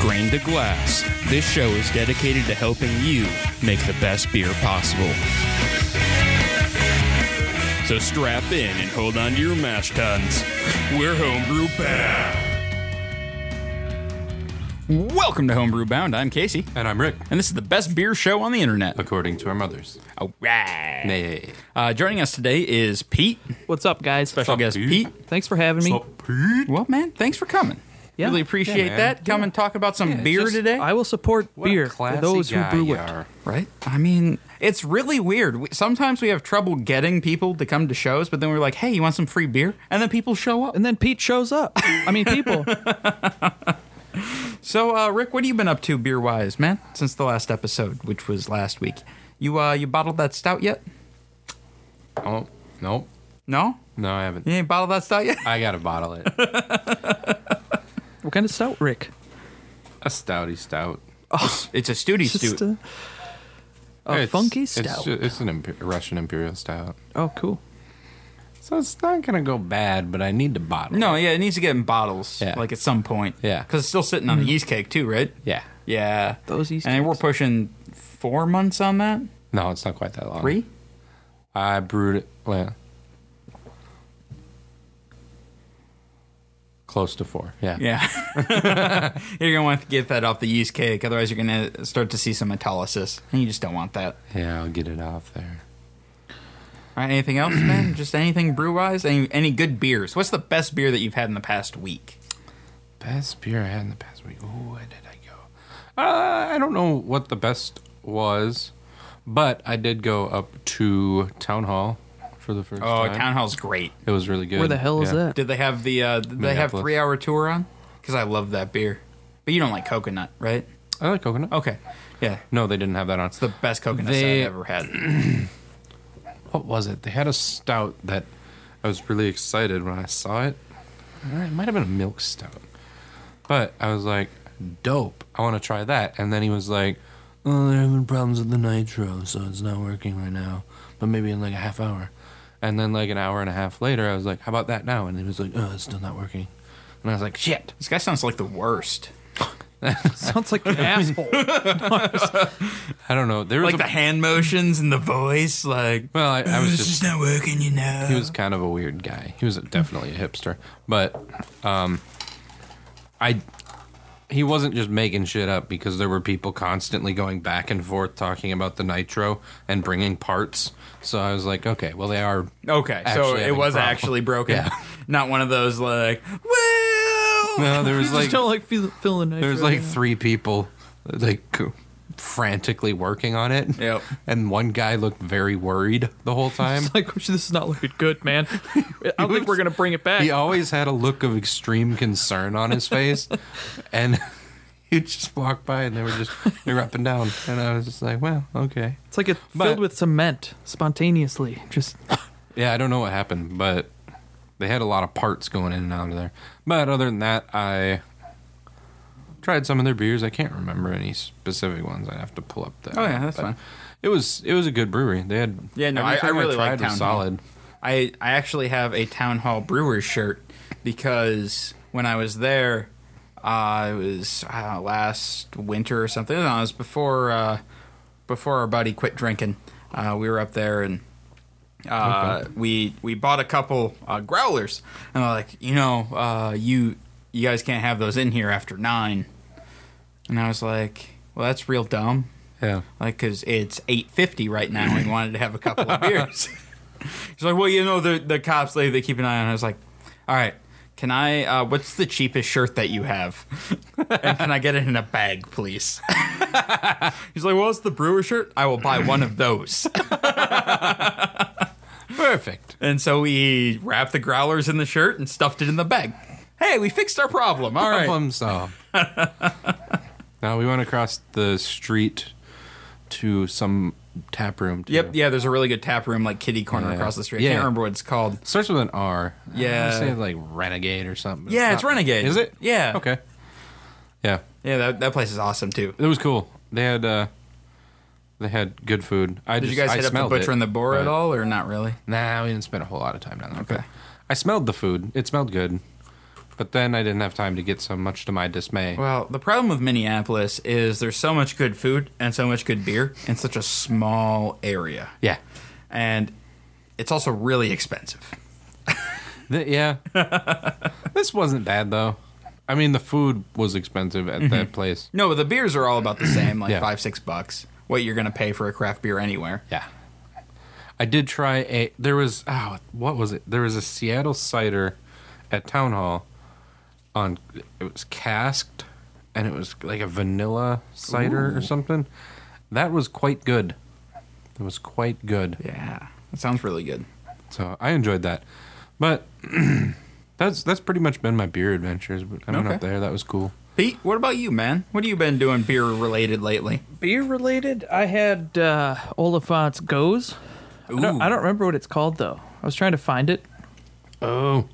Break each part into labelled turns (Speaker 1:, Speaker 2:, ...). Speaker 1: Grain to Glass. This show is dedicated to helping you make the best beer possible. So strap in and hold on to your mash tuns. We're Homebrew Bound. Welcome to Homebrew Bound. I'm Casey,
Speaker 2: And Uh, I'm Rick,
Speaker 1: and this is the best beer show on the internet.
Speaker 2: according to our mothers.
Speaker 1: All right.
Speaker 2: Nay.
Speaker 1: Uh, joining us today is Pete,
Speaker 3: What's up, guys?
Speaker 1: special
Speaker 2: up,
Speaker 1: guest
Speaker 2: Pete?
Speaker 1: Pete.
Speaker 3: Thanks for having me.
Speaker 1: Well, man, thanks for coming.
Speaker 3: Yeah.
Speaker 1: Really appreciate
Speaker 2: Yeah, man.
Speaker 1: that. Come and talk about some beer
Speaker 2: just-
Speaker 1: today.
Speaker 3: I will support beer for
Speaker 2: classy
Speaker 3: those who
Speaker 2: guy
Speaker 3: brew
Speaker 2: you
Speaker 3: it.
Speaker 2: are.
Speaker 1: Right? I mean, it's really weird. We, sometimes we have trouble getting people to come to shows, but then we're like, hey, you want some free beer? And then people show up.
Speaker 3: And then Pete shows up. I mean, people.
Speaker 1: So, uh, Rick, what have you been up to beer wise, man, since the last episode, which was last week? You uh, you bottled that stout yet?
Speaker 2: Oh, nope.
Speaker 1: No?
Speaker 2: No, I haven't.
Speaker 1: You ain't bottled that stout yet?
Speaker 2: I got to bottle it.
Speaker 3: what kind of stout, Rick?
Speaker 2: a stouty stout.
Speaker 1: It's a Studi
Speaker 3: Just
Speaker 1: Stout.
Speaker 3: a, a
Speaker 2: It's-
Speaker 3: funky
Speaker 2: it's
Speaker 3: stout.
Speaker 2: ju- It's, an imper- Russian imperial stout.
Speaker 3: oh, cool.
Speaker 2: So it's not going to go bad, but I need to bottle
Speaker 1: No,
Speaker 2: it.
Speaker 1: yeah, it needs to get in bottles,
Speaker 2: Yeah.
Speaker 1: like at some point.
Speaker 2: Yeah.
Speaker 1: Because it's still sitting on the yeast cake, too, right?
Speaker 2: Yeah.
Speaker 1: Yeah.
Speaker 3: Those yeast
Speaker 1: And we're
Speaker 3: cakes.
Speaker 1: pushing four months on that?
Speaker 2: No, it's not quite that long.
Speaker 1: Three?
Speaker 2: I brewed it. Well, close to four. Yeah.
Speaker 1: Yeah. you're going to want to get that off the yeast cake. Otherwise, you're going to start to see some autolysis. And you just don't want that.
Speaker 2: Yeah, I'll get it off there.
Speaker 1: All right. Anything else, man? just anything brew wise? Any, any good beers? What's the best beer that you've had in the past week?
Speaker 2: Best beer I had in the past week. Ooh, where did I go? Uh, I don't know what the best was, but I did go up to Town Hall for the first
Speaker 1: Oh,
Speaker 2: time.
Speaker 1: Town Hall's great.
Speaker 2: It was really good.
Speaker 3: Where the hell is
Speaker 2: Yeah.
Speaker 3: that?
Speaker 1: Did they have the uh, did they have
Speaker 2: Minneapolis.
Speaker 1: three hour tour on? Because I love that beer. But you don't like coconut, right?
Speaker 2: I like coconut.
Speaker 1: Okay. Yeah.
Speaker 2: No, they didn't have that on.
Speaker 1: It's the best coconut
Speaker 2: They-
Speaker 1: I've ever had.
Speaker 2: What was it? They had a stout that I was really excited when I saw it. Uh, It might have been a milk stout. But I was like, dope. I want to try that. And then he was like, oh, they're having problems with the nitro, so it's not working right now. But maybe in like a half hour. And then like an hour and a half later, I was like, how about that now? And he was like, oh, it's still not working. And I was like, shit.
Speaker 1: This guy sounds like the worst.
Speaker 3: Sounds like an asshole.
Speaker 2: I don't know. There was
Speaker 1: Like
Speaker 2: a,
Speaker 1: the hand motions and the voice. Like,
Speaker 2: well, I, I was
Speaker 1: this is
Speaker 2: just
Speaker 1: not working, you know.
Speaker 2: he was kind of a weird guy. He was definitely a hipster, but um, I he wasn't just making shit up because there were people constantly going back and forth talking about the nitro and bringing parts. So I was like, okay, well they are
Speaker 1: Okay,
Speaker 2: actually
Speaker 1: so it
Speaker 2: having a
Speaker 1: was
Speaker 2: problem.
Speaker 1: actually broken.
Speaker 2: Yeah.
Speaker 1: Not one of those like, well,
Speaker 2: No, there was
Speaker 3: Just
Speaker 2: like
Speaker 3: don't like feel, feeling
Speaker 2: there was like three people like frantically working on it.
Speaker 1: Yep.
Speaker 2: And one guy looked very worried the whole time.
Speaker 3: It's like, this is not looking good, man. I don't think we're going to bring it back.
Speaker 2: He always had a look of extreme concern on his face, and you just walk by and they were just they were up and down, and I was just like, well, okay,
Speaker 3: It's like it
Speaker 2: But-
Speaker 3: filled with cement spontaneously. Just
Speaker 2: yeah, I don't know what happened, but they had a lot of parts going in and out of there. But other than that, I tried some of their beers. I can't remember any specific ones. I'd have to pull up that.
Speaker 1: Oh, yeah, that's
Speaker 2: But
Speaker 1: fine.
Speaker 2: It was it was a good brewery. They had
Speaker 1: Yeah, no, I- I
Speaker 2: everything
Speaker 1: really like
Speaker 2: tried
Speaker 1: Town Hall.
Speaker 2: was solid.
Speaker 1: I I actually have a town hall brewer's shirt because when I was there, uh, it was I don't know, last winter or something. No, it was before uh, before our buddy quit drinking. Uh, we were up there and uh, we we bought a couple uh, growlers and they're like, you know, uh, you you guys can't have those in here after nine. And I was like, well, that's real dumb
Speaker 2: Yeah,
Speaker 1: like because it's 8.50 right now and we wanted to have a couple of beers he's like well you know the, the cops they, they keep an eye on it." i was like all right can i uh, what's the cheapest shirt that you have and can i get it in a bag please he's like well it's the brewer shirt i will buy one of those
Speaker 2: perfect.
Speaker 1: and so we wrapped the growlers in the shirt and stuffed it in the bag hey we fixed our problem all right
Speaker 2: problem solved. now we went across the street to some tap room. too.
Speaker 1: yep yeah there's a really good tap room like kitty corner
Speaker 2: Yeah.
Speaker 1: across the street i
Speaker 2: Yeah.
Speaker 1: can't remember what it's called
Speaker 2: Starts with an R.
Speaker 1: Yeah.
Speaker 2: I wanna say like Renegade or something. but
Speaker 1: Yeah, it's
Speaker 2: not-
Speaker 1: Renegade.
Speaker 2: Is it?
Speaker 1: Yeah.
Speaker 2: Okay. Yeah,
Speaker 1: yeah that, that place is awesome too
Speaker 2: it was cool. They had uh, they had good food. I
Speaker 1: Did
Speaker 2: just,
Speaker 1: you guys
Speaker 2: I
Speaker 1: hit up the
Speaker 2: smelled
Speaker 1: butcher
Speaker 2: it,
Speaker 1: and the boar at
Speaker 2: but-
Speaker 1: all, or not really?
Speaker 2: Nah, we didn't spend a whole lot of time down there. but
Speaker 1: Okay.
Speaker 2: I smelled the food. It smelled good. But then I didn't have time to get some, much to my dismay.
Speaker 1: Well, the problem with Minneapolis is there's so much good food and so much good beer in such a small area.
Speaker 2: yeah.
Speaker 1: And it's also really expensive.
Speaker 2: Th- yeah. this wasn't bad, though. I mean, the food was expensive at that place.
Speaker 1: No, the beers are all about the same, like
Speaker 2: Yeah.
Speaker 1: five, six bucks. What you're going to pay for a craft beer anywhere.
Speaker 2: Yeah. I did try a. There was. Oh, what was it? There was a Seattle cider at Town Hall on. It was casked and it was like a vanilla cider or something. That was quite good. It was quite good.
Speaker 1: Yeah. That sounds really good.
Speaker 2: So I enjoyed that. But that's that's pretty much been my beer adventures. But I went
Speaker 1: Okay.
Speaker 2: up there. That was cool.
Speaker 1: Pete, what about you, man? What have you been doing beer related lately?
Speaker 3: Beer related, I had uh, Oliphant's Goes. I don't, I
Speaker 1: Ooh.
Speaker 3: don't remember what it's called though. I was trying to find it,
Speaker 2: Oh.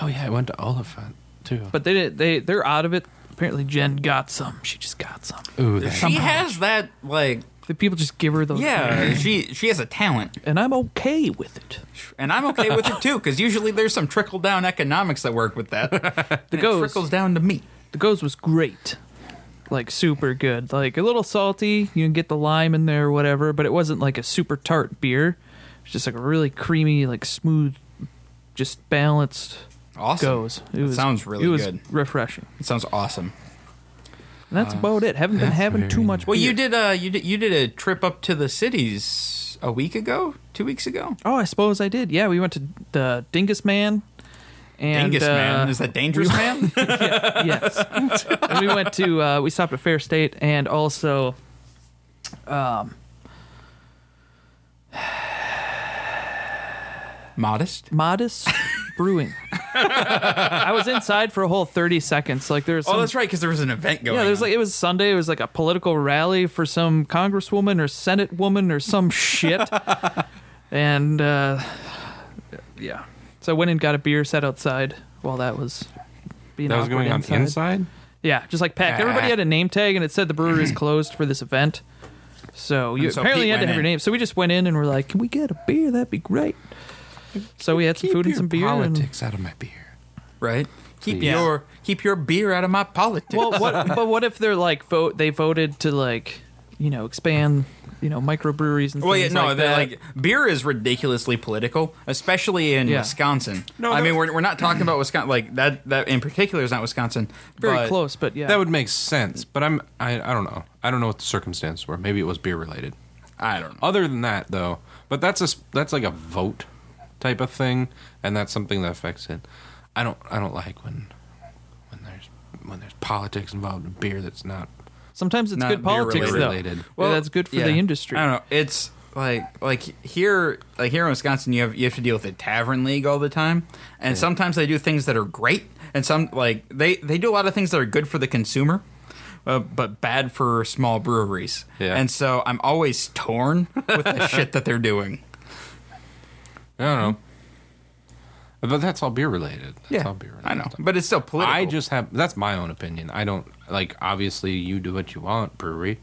Speaker 2: Oh, yeah. I went to Oliphant, too.
Speaker 3: but they didn't. They they're out of it. Apparently, Jen got some. She just got some.
Speaker 2: Ooh, that-
Speaker 1: She has that, like,
Speaker 3: The people just give her those.
Speaker 1: yeah, she she has a talent.
Speaker 3: and I'm okay with it.
Speaker 1: And I'm okay with it too, because usually there's some trickle down economics that work with that. And it
Speaker 3: goes.
Speaker 1: trickles down to me.
Speaker 3: The goes was great. Like super good. Like a little salty. You can get the lime in there or whatever, but it wasn't like a super tart beer. It's just like a really creamy, like smooth, just balanced
Speaker 1: Awesome.
Speaker 3: goes. It
Speaker 1: That
Speaker 3: was
Speaker 1: sounds really
Speaker 3: it was
Speaker 1: good.
Speaker 3: Refreshing.
Speaker 1: It sounds awesome.
Speaker 3: And that's
Speaker 1: Uh,
Speaker 3: about it. Haven't been
Speaker 2: that's
Speaker 3: having
Speaker 2: very
Speaker 3: too much.
Speaker 1: Well,
Speaker 3: beer.
Speaker 1: you did uh you did you did a trip up to the cities a week ago, two weeks ago.
Speaker 3: Oh, I suppose I did. Yeah, we went to the Dingus Man. And,
Speaker 1: Dingus
Speaker 3: uh,
Speaker 1: man, is that dangerous man?
Speaker 3: yeah, yes. and we went to uh, we stopped at Fair State and also, um,
Speaker 1: Modest.
Speaker 3: Modest Brewing. I was inside for a whole thirty seconds. Like there was some,
Speaker 1: Oh, that's right, because there was an event going.
Speaker 3: yeah, there's
Speaker 1: on.
Speaker 3: like it was Sunday. It was like a political rally for some congresswoman or senate woman or some shit. and uh, yeah, so I went and got a beer, sat outside while that was being
Speaker 2: that was
Speaker 3: awkward
Speaker 2: going on
Speaker 3: inside.
Speaker 2: inside?
Speaker 3: Yeah, just like packed.
Speaker 1: Yeah.
Speaker 3: Everybody had a name tag, and it said the brewery is closed for this event. So you
Speaker 1: And so
Speaker 3: apparently
Speaker 1: Pete
Speaker 3: you had to
Speaker 1: went
Speaker 3: have
Speaker 1: in.
Speaker 3: your name. So we just went in and we're like, "Can we get a beer? That'd be great." So we had some food and some beer. and-
Speaker 2: Politics out of my beer.
Speaker 1: right. Keep
Speaker 2: Yeah.
Speaker 1: your keep your beer out of my politics.
Speaker 3: well, what, but what if they're like vote? They voted to like, you know, expand, you know, microbreweries and
Speaker 1: Well, yeah,
Speaker 3: things
Speaker 1: no,
Speaker 3: like
Speaker 1: they're
Speaker 3: that.
Speaker 1: like beer is ridiculously political, especially in
Speaker 3: Yeah.
Speaker 1: Wisconsin.
Speaker 2: No,
Speaker 1: I
Speaker 2: that-
Speaker 1: mean, we're, we're not talking about Wisconsin like that. That in particular is not Wisconsin.
Speaker 3: very
Speaker 1: but-
Speaker 3: close, but yeah,
Speaker 2: That would make sense, but I'm I, I don't know. I don't know what the circumstances were. Maybe it was beer related.
Speaker 1: I don't know.
Speaker 2: Other than that, though, but that's a s- that's like a vote type of thing, and that's something that affects it. I don't I don't like when when there's when there's politics involved in beer that's not
Speaker 3: sometimes it's
Speaker 1: Not
Speaker 3: good
Speaker 1: beer
Speaker 3: politics though.
Speaker 2: related.
Speaker 3: Well, that's good for
Speaker 1: yeah.
Speaker 3: the industry.
Speaker 1: I don't know. It's like like here like here in Wisconsin you have you have to deal with the tavern league all the time. And sometimes they do things that are great and some like they they do a lot of things that are good for the consumer. Uh, but bad for small breweries,
Speaker 2: Yeah.
Speaker 1: and so I'm always torn with the shit that they're doing.
Speaker 2: I don't know. But that's all beer related. That's all beer related.
Speaker 1: I know, but it's still political.
Speaker 2: I just have that's my own opinion. I don't like obviously you do what you want, brewery.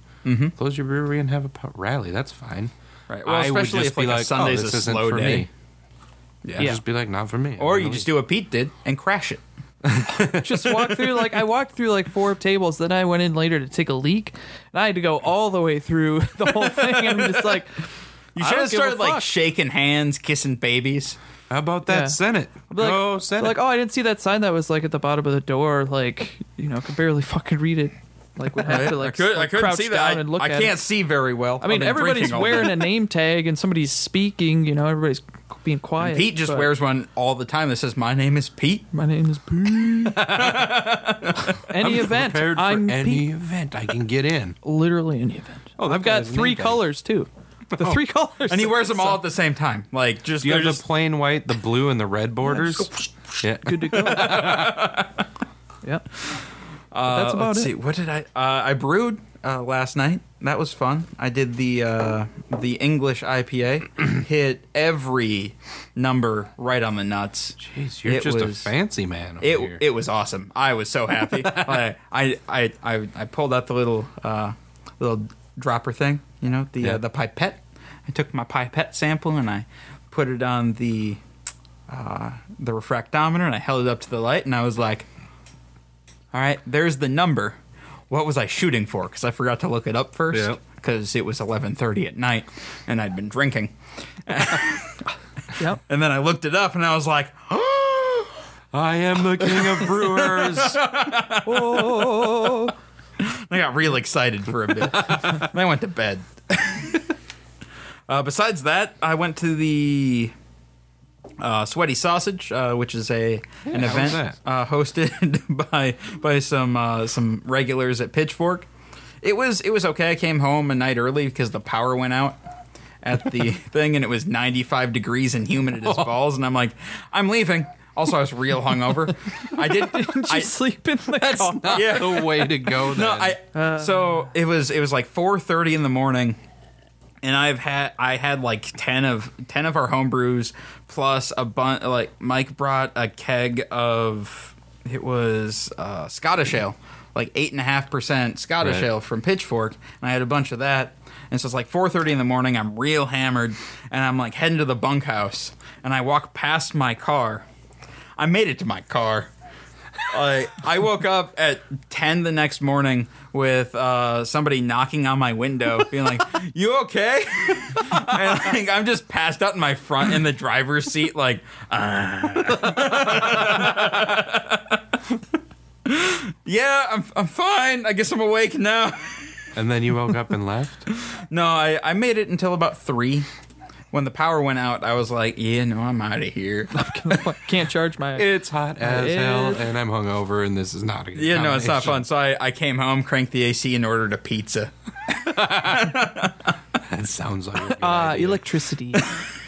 Speaker 2: Close your brewery and have a po- rally. That's fine.
Speaker 1: Mm-hmm. Right. Well,
Speaker 2: I would
Speaker 1: especially
Speaker 2: just
Speaker 1: if,
Speaker 2: be oh,
Speaker 1: like, a Sunday's
Speaker 2: this
Speaker 1: a
Speaker 2: isn't
Speaker 1: slow
Speaker 2: for
Speaker 1: day.
Speaker 2: Me. Yeah.
Speaker 3: Yeah.
Speaker 2: Just be like, not for me.
Speaker 1: or you just do what Pete did and crash it.
Speaker 3: just walk through like I walked through like four tables. Then I went in later to take a leak, and I had to go all the way through the whole thing. And I'm just like,
Speaker 1: You
Speaker 3: I
Speaker 1: should
Speaker 3: don't
Speaker 1: have
Speaker 3: give a
Speaker 1: started
Speaker 3: fuck.
Speaker 1: like shaking hands, kissing babies.
Speaker 2: How about that
Speaker 3: Yeah.
Speaker 2: Senate?
Speaker 3: Be like,
Speaker 2: Go
Speaker 3: be
Speaker 2: Senate.
Speaker 3: like, oh, I didn't see that sign that was like at the bottom of the door. Like, you know, could barely fucking read it. Like, would have to like, like, crouch down
Speaker 1: I,
Speaker 3: and look
Speaker 1: I
Speaker 3: at
Speaker 1: can't
Speaker 3: it.
Speaker 1: see very well.
Speaker 3: I mean, everybody's wearing a name tag and somebody's speaking. You know, everybody's being quiet.
Speaker 1: Pete just
Speaker 3: but
Speaker 1: wears one all the time that says, "My name is Pete."
Speaker 3: My name is Pete. any event,
Speaker 2: Prepared for
Speaker 3: I'm
Speaker 2: any
Speaker 3: Pete.
Speaker 2: event I can get in.
Speaker 3: Literally any event.
Speaker 2: Oh, that
Speaker 3: I've got
Speaker 2: guy's name
Speaker 3: three
Speaker 2: tag.
Speaker 3: colors too. The three colors,
Speaker 1: And he wears them all at the same time. Like just
Speaker 2: Do you
Speaker 1: they're
Speaker 2: have the
Speaker 1: just
Speaker 2: plain white, the blue, and the red borders? Yeah.
Speaker 3: good to go. yep. But that's
Speaker 1: Uh,
Speaker 3: about
Speaker 1: let's
Speaker 3: it.
Speaker 1: See, what did I? Uh, I brewed uh, last night. That was fun. I did the uh, the English IPA. hit every number right on the nuts.
Speaker 2: Jeez, you're
Speaker 1: It
Speaker 2: just a
Speaker 1: was-
Speaker 2: fancy man. Over
Speaker 1: It
Speaker 2: here.
Speaker 1: it was awesome. I was so happy. I, I I I I pulled out the little uh, little dropper thing. You know the
Speaker 2: Yeah.
Speaker 1: uh, the pipette. I took my pipette sample and I put it on the uh, the refractometer and I held it up to the light and I was like, all right, there's the number. What was I shooting for? Because I forgot to look it up first
Speaker 2: Yep.
Speaker 1: because it was 11:30 at night and I'd been drinking.
Speaker 3: Yep.
Speaker 1: And then I looked it up and I was like,
Speaker 2: I am the king of brewers.
Speaker 3: Oh,
Speaker 1: I got real excited for a bit. then I went to bed. uh, besides that, I went to the uh, Sweaty Sausage, uh, which is a an
Speaker 2: how was
Speaker 1: event uh, hosted by by some uh, some regulars at Pitchfork. It was it was okay. I came home a night early because the power went out at the thing, and it was 95 degrees and humid as balls. And I'm like, I'm leaving. Also, I was real hungover. I did.
Speaker 3: did you
Speaker 1: I,
Speaker 3: sleep in the car?
Speaker 2: Not
Speaker 1: Yeah.
Speaker 2: the way to go. Then. uh,
Speaker 1: no, I. so it was it was like four thirty in the morning, and I've had I had like ten of ten of our home brews plus a bun. Like Mike brought a keg of it was uh, Scottish ale, like eight and a half percent Scottish
Speaker 2: Right.
Speaker 1: ale from Pitchfork, and I had a bunch of that. And so it's like four thirty in the morning. I'm real hammered, and I'm like heading to the bunkhouse, and I walk past my car. I made it to my car. I Uh, I woke up at ten the next morning with uh, somebody knocking on my window, being like, "You okay?" and like, I'm just passed out in my front in the driver's seat, like, "Ah." "Yeah, I'm I'm fine. I guess I'm awake now."
Speaker 2: And then you woke up and left.
Speaker 1: No, I, I made it until about three. When the power went out, I was like, "Yeah, no, I'm out of here."
Speaker 3: Can't charge my.
Speaker 2: It's hot as
Speaker 3: It-
Speaker 2: hell, and I'm hungover, and this is not a good.
Speaker 1: Uh, Yeah, no, it's not fun.
Speaker 2: combination.
Speaker 1: So I, I came home, cranked the AC, and ordered a pizza.
Speaker 2: That sounds like. A good
Speaker 3: Uh,
Speaker 2: idea.
Speaker 3: electricity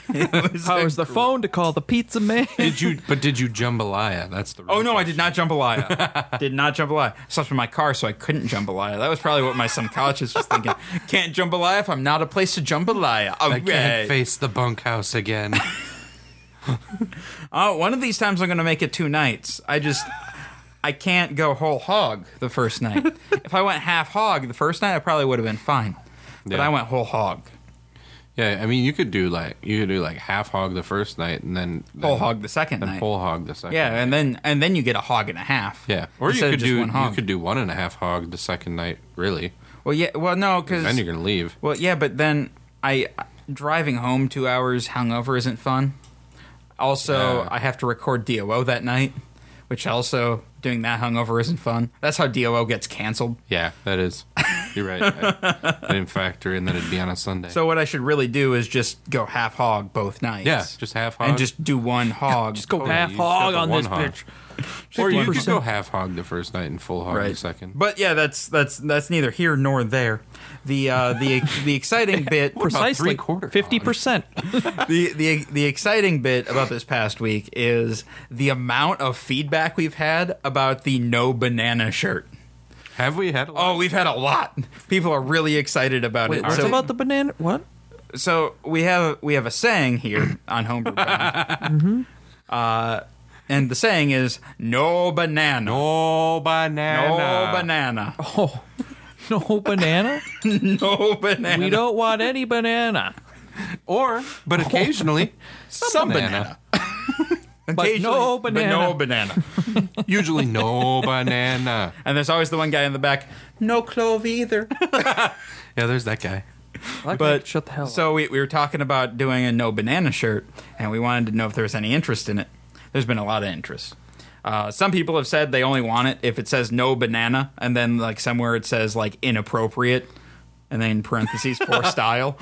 Speaker 1: It was
Speaker 3: powers the phone to call the pizza man.
Speaker 2: Did you? But did you jambalaya? That's the.
Speaker 1: Oh no, I did not jambalaya. did not jambalaya. I slept in my car, so I couldn't jambalaya. That was probably what my subconscious was thinking. Can't jambalaya if I'm not a place to jambalaya. All
Speaker 2: I can't
Speaker 1: right.
Speaker 2: face the bunkhouse again.
Speaker 1: Oh, one of these times I'm going to make it two nights. I just I can't go whole hog the first night. if I went half hog the first night, I probably would have been fine. But
Speaker 2: Yeah.
Speaker 1: I went whole hog,
Speaker 2: yeah, I mean, you could do like you could do like half hog the first night, and then
Speaker 1: whole
Speaker 2: then-
Speaker 1: hog the second
Speaker 2: then
Speaker 1: night.
Speaker 2: whole hog the second.
Speaker 1: yeah,
Speaker 2: night.
Speaker 1: and then and then you get a hog and a half.
Speaker 2: yeah. Or you
Speaker 1: instead of
Speaker 2: could
Speaker 1: just
Speaker 2: do
Speaker 1: one hog.
Speaker 2: you could do one and a half hog the second night, really.
Speaker 1: Well, yeah. Well, no,
Speaker 2: Then
Speaker 1: because
Speaker 2: you're gonna leave.
Speaker 1: Well, yeah, but then I driving home two hours hungover isn't fun. Also,
Speaker 2: Yeah.
Speaker 1: I have to record DOO that night, which also doing that hungover isn't fun. That's how DOO gets canceled.
Speaker 2: Yeah, that is. You're right. I, I didn't factor in that it'd be on a Sunday.
Speaker 1: So what I should really do is just go half hog both nights.
Speaker 2: yeah, just half hog.
Speaker 1: and just do one hog.
Speaker 3: Just go
Speaker 2: Totally,
Speaker 3: half
Speaker 2: you just got
Speaker 3: hog
Speaker 2: the
Speaker 3: on
Speaker 2: one
Speaker 3: this
Speaker 2: hog.
Speaker 3: bitch.
Speaker 2: or you could
Speaker 3: 50%.
Speaker 2: go half hog the first night and full hog the second.
Speaker 1: But yeah, that's that's that's neither here nor there. The uh, the the exciting bit
Speaker 3: Precisely,
Speaker 2: three-quarter hog?
Speaker 3: fifty percent.
Speaker 1: the, the the exciting bit about this past week is the amount of feedback we've had about the no banana shirt.
Speaker 2: Have we had? A lot?
Speaker 1: Oh, we've had a lot. People are really excited about
Speaker 3: Wait,
Speaker 1: it.
Speaker 3: what's
Speaker 1: so,
Speaker 3: about the banana? What?
Speaker 1: so we have we have a saying here on Homebrew Bound.
Speaker 3: Mm-hmm.
Speaker 1: uh, and the saying is no banana.
Speaker 2: No banana.
Speaker 1: No banana.
Speaker 3: Oh, no banana.
Speaker 1: No banana.
Speaker 3: we don't want any banana.
Speaker 2: Or, but occasionally, some,
Speaker 1: Some
Speaker 2: banana.
Speaker 1: Occasionally,
Speaker 3: no
Speaker 1: But
Speaker 3: banana.
Speaker 1: no banana.
Speaker 2: Usually, no banana.
Speaker 1: and there's always the one guy in the back. No clove either.
Speaker 2: Yeah, there's that guy.
Speaker 3: Like,
Speaker 1: But
Speaker 3: shut the hell up.
Speaker 1: So we, we were talking about doing a no banana shirt, and we wanted to know if there was any interest in it. There's been a lot of interest. Uh, some people have said they only want it if it says no banana, and then like somewhere it says like inappropriate, and then in parentheses for style,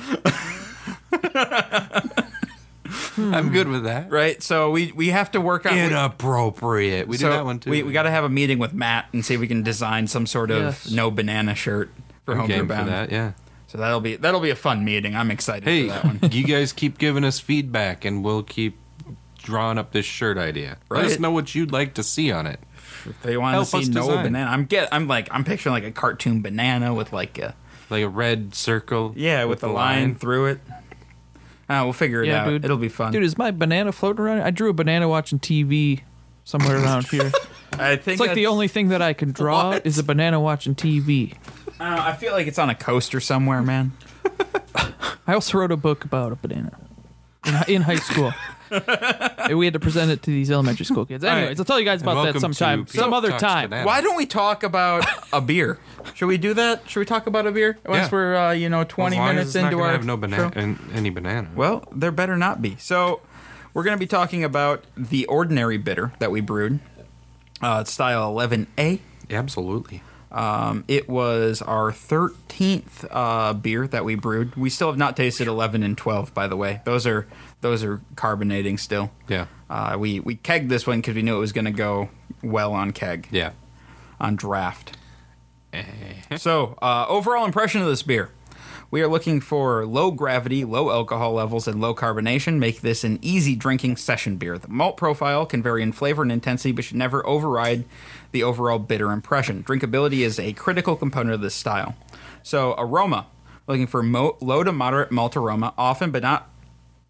Speaker 2: I'm good with that.
Speaker 1: right? So we Hmm. we have to work on
Speaker 2: Inappropriate. We
Speaker 1: so
Speaker 2: do that one too.
Speaker 1: We, we got to have a meeting with Matt and see if we can design some sort of
Speaker 3: Yes.
Speaker 1: no banana shirt for
Speaker 2: I'm
Speaker 1: homebrew
Speaker 2: game for
Speaker 1: bound.
Speaker 2: that. Yeah.
Speaker 1: So that'll be that'll be a fun meeting. I'm excited
Speaker 2: Hey,
Speaker 1: for that one.
Speaker 2: you guys keep giving us feedback, and we'll keep drawing up this shirt idea. Let us
Speaker 1: Right.
Speaker 2: know what you'd like to see on it.
Speaker 1: If they want to
Speaker 2: Help
Speaker 1: see
Speaker 2: us
Speaker 1: no
Speaker 2: design.
Speaker 1: banana, I'm get I'm like I'm picturing like a cartoon banana with like a
Speaker 2: Like a red circle.
Speaker 1: Yeah, with, the
Speaker 2: a
Speaker 1: line, through it. Uh, we'll figure it
Speaker 3: Yeah,
Speaker 1: out.
Speaker 3: dude.
Speaker 1: It'll be fun.
Speaker 3: Dude, is my banana floating around? I drew a banana watching TV somewhere around here.
Speaker 1: I think
Speaker 3: It's like the
Speaker 1: that's-
Speaker 3: only thing that I can draw
Speaker 1: What?
Speaker 3: is a banana watching TV.
Speaker 1: I, don't know, I feel like it's on a coaster somewhere, man.
Speaker 3: I also wrote a book about a banana in, hi- in high school. And we had to present it to these elementary school kids.
Speaker 2: right.
Speaker 3: Anyways, I'll tell you guys
Speaker 2: And
Speaker 3: about
Speaker 2: welcome
Speaker 3: that
Speaker 2: to
Speaker 3: sometime,
Speaker 2: People
Speaker 3: some other
Speaker 2: Talks
Speaker 3: time.
Speaker 2: Banana.
Speaker 1: Why don't we talk about a beer? Should we do that? Should we talk about a beer once
Speaker 2: Yeah.
Speaker 1: we're uh, you know twenty
Speaker 2: As long as
Speaker 1: minutes
Speaker 2: it's not
Speaker 1: into
Speaker 2: gonna
Speaker 1: our
Speaker 2: have no banana
Speaker 1: show?
Speaker 2: and any banana.
Speaker 1: Well, there better not be. So, we're going to be talking about the ordinary bitter that we brewed. Uh, it's style 11A.
Speaker 2: Absolutely.
Speaker 1: Um, it was our 13th uh, beer that we brewed. We still have not tasted 11 and 12, by the way. Those are those are carbonating still.
Speaker 2: Yeah.
Speaker 1: Uh, we we kegged this one because we knew it was going to go well on keg
Speaker 2: Yeah.
Speaker 1: on draft. so, uh, overall impression of this beer. We are looking for low gravity, low alcohol levels, and low carbonation. Make this an easy drinking session beer. The malt profile can vary in flavor and intensity, but should never override the overall bitter impression. Drinkability is a critical component of this style. So, aroma. Looking for mo- low to moderate malt aroma, often but not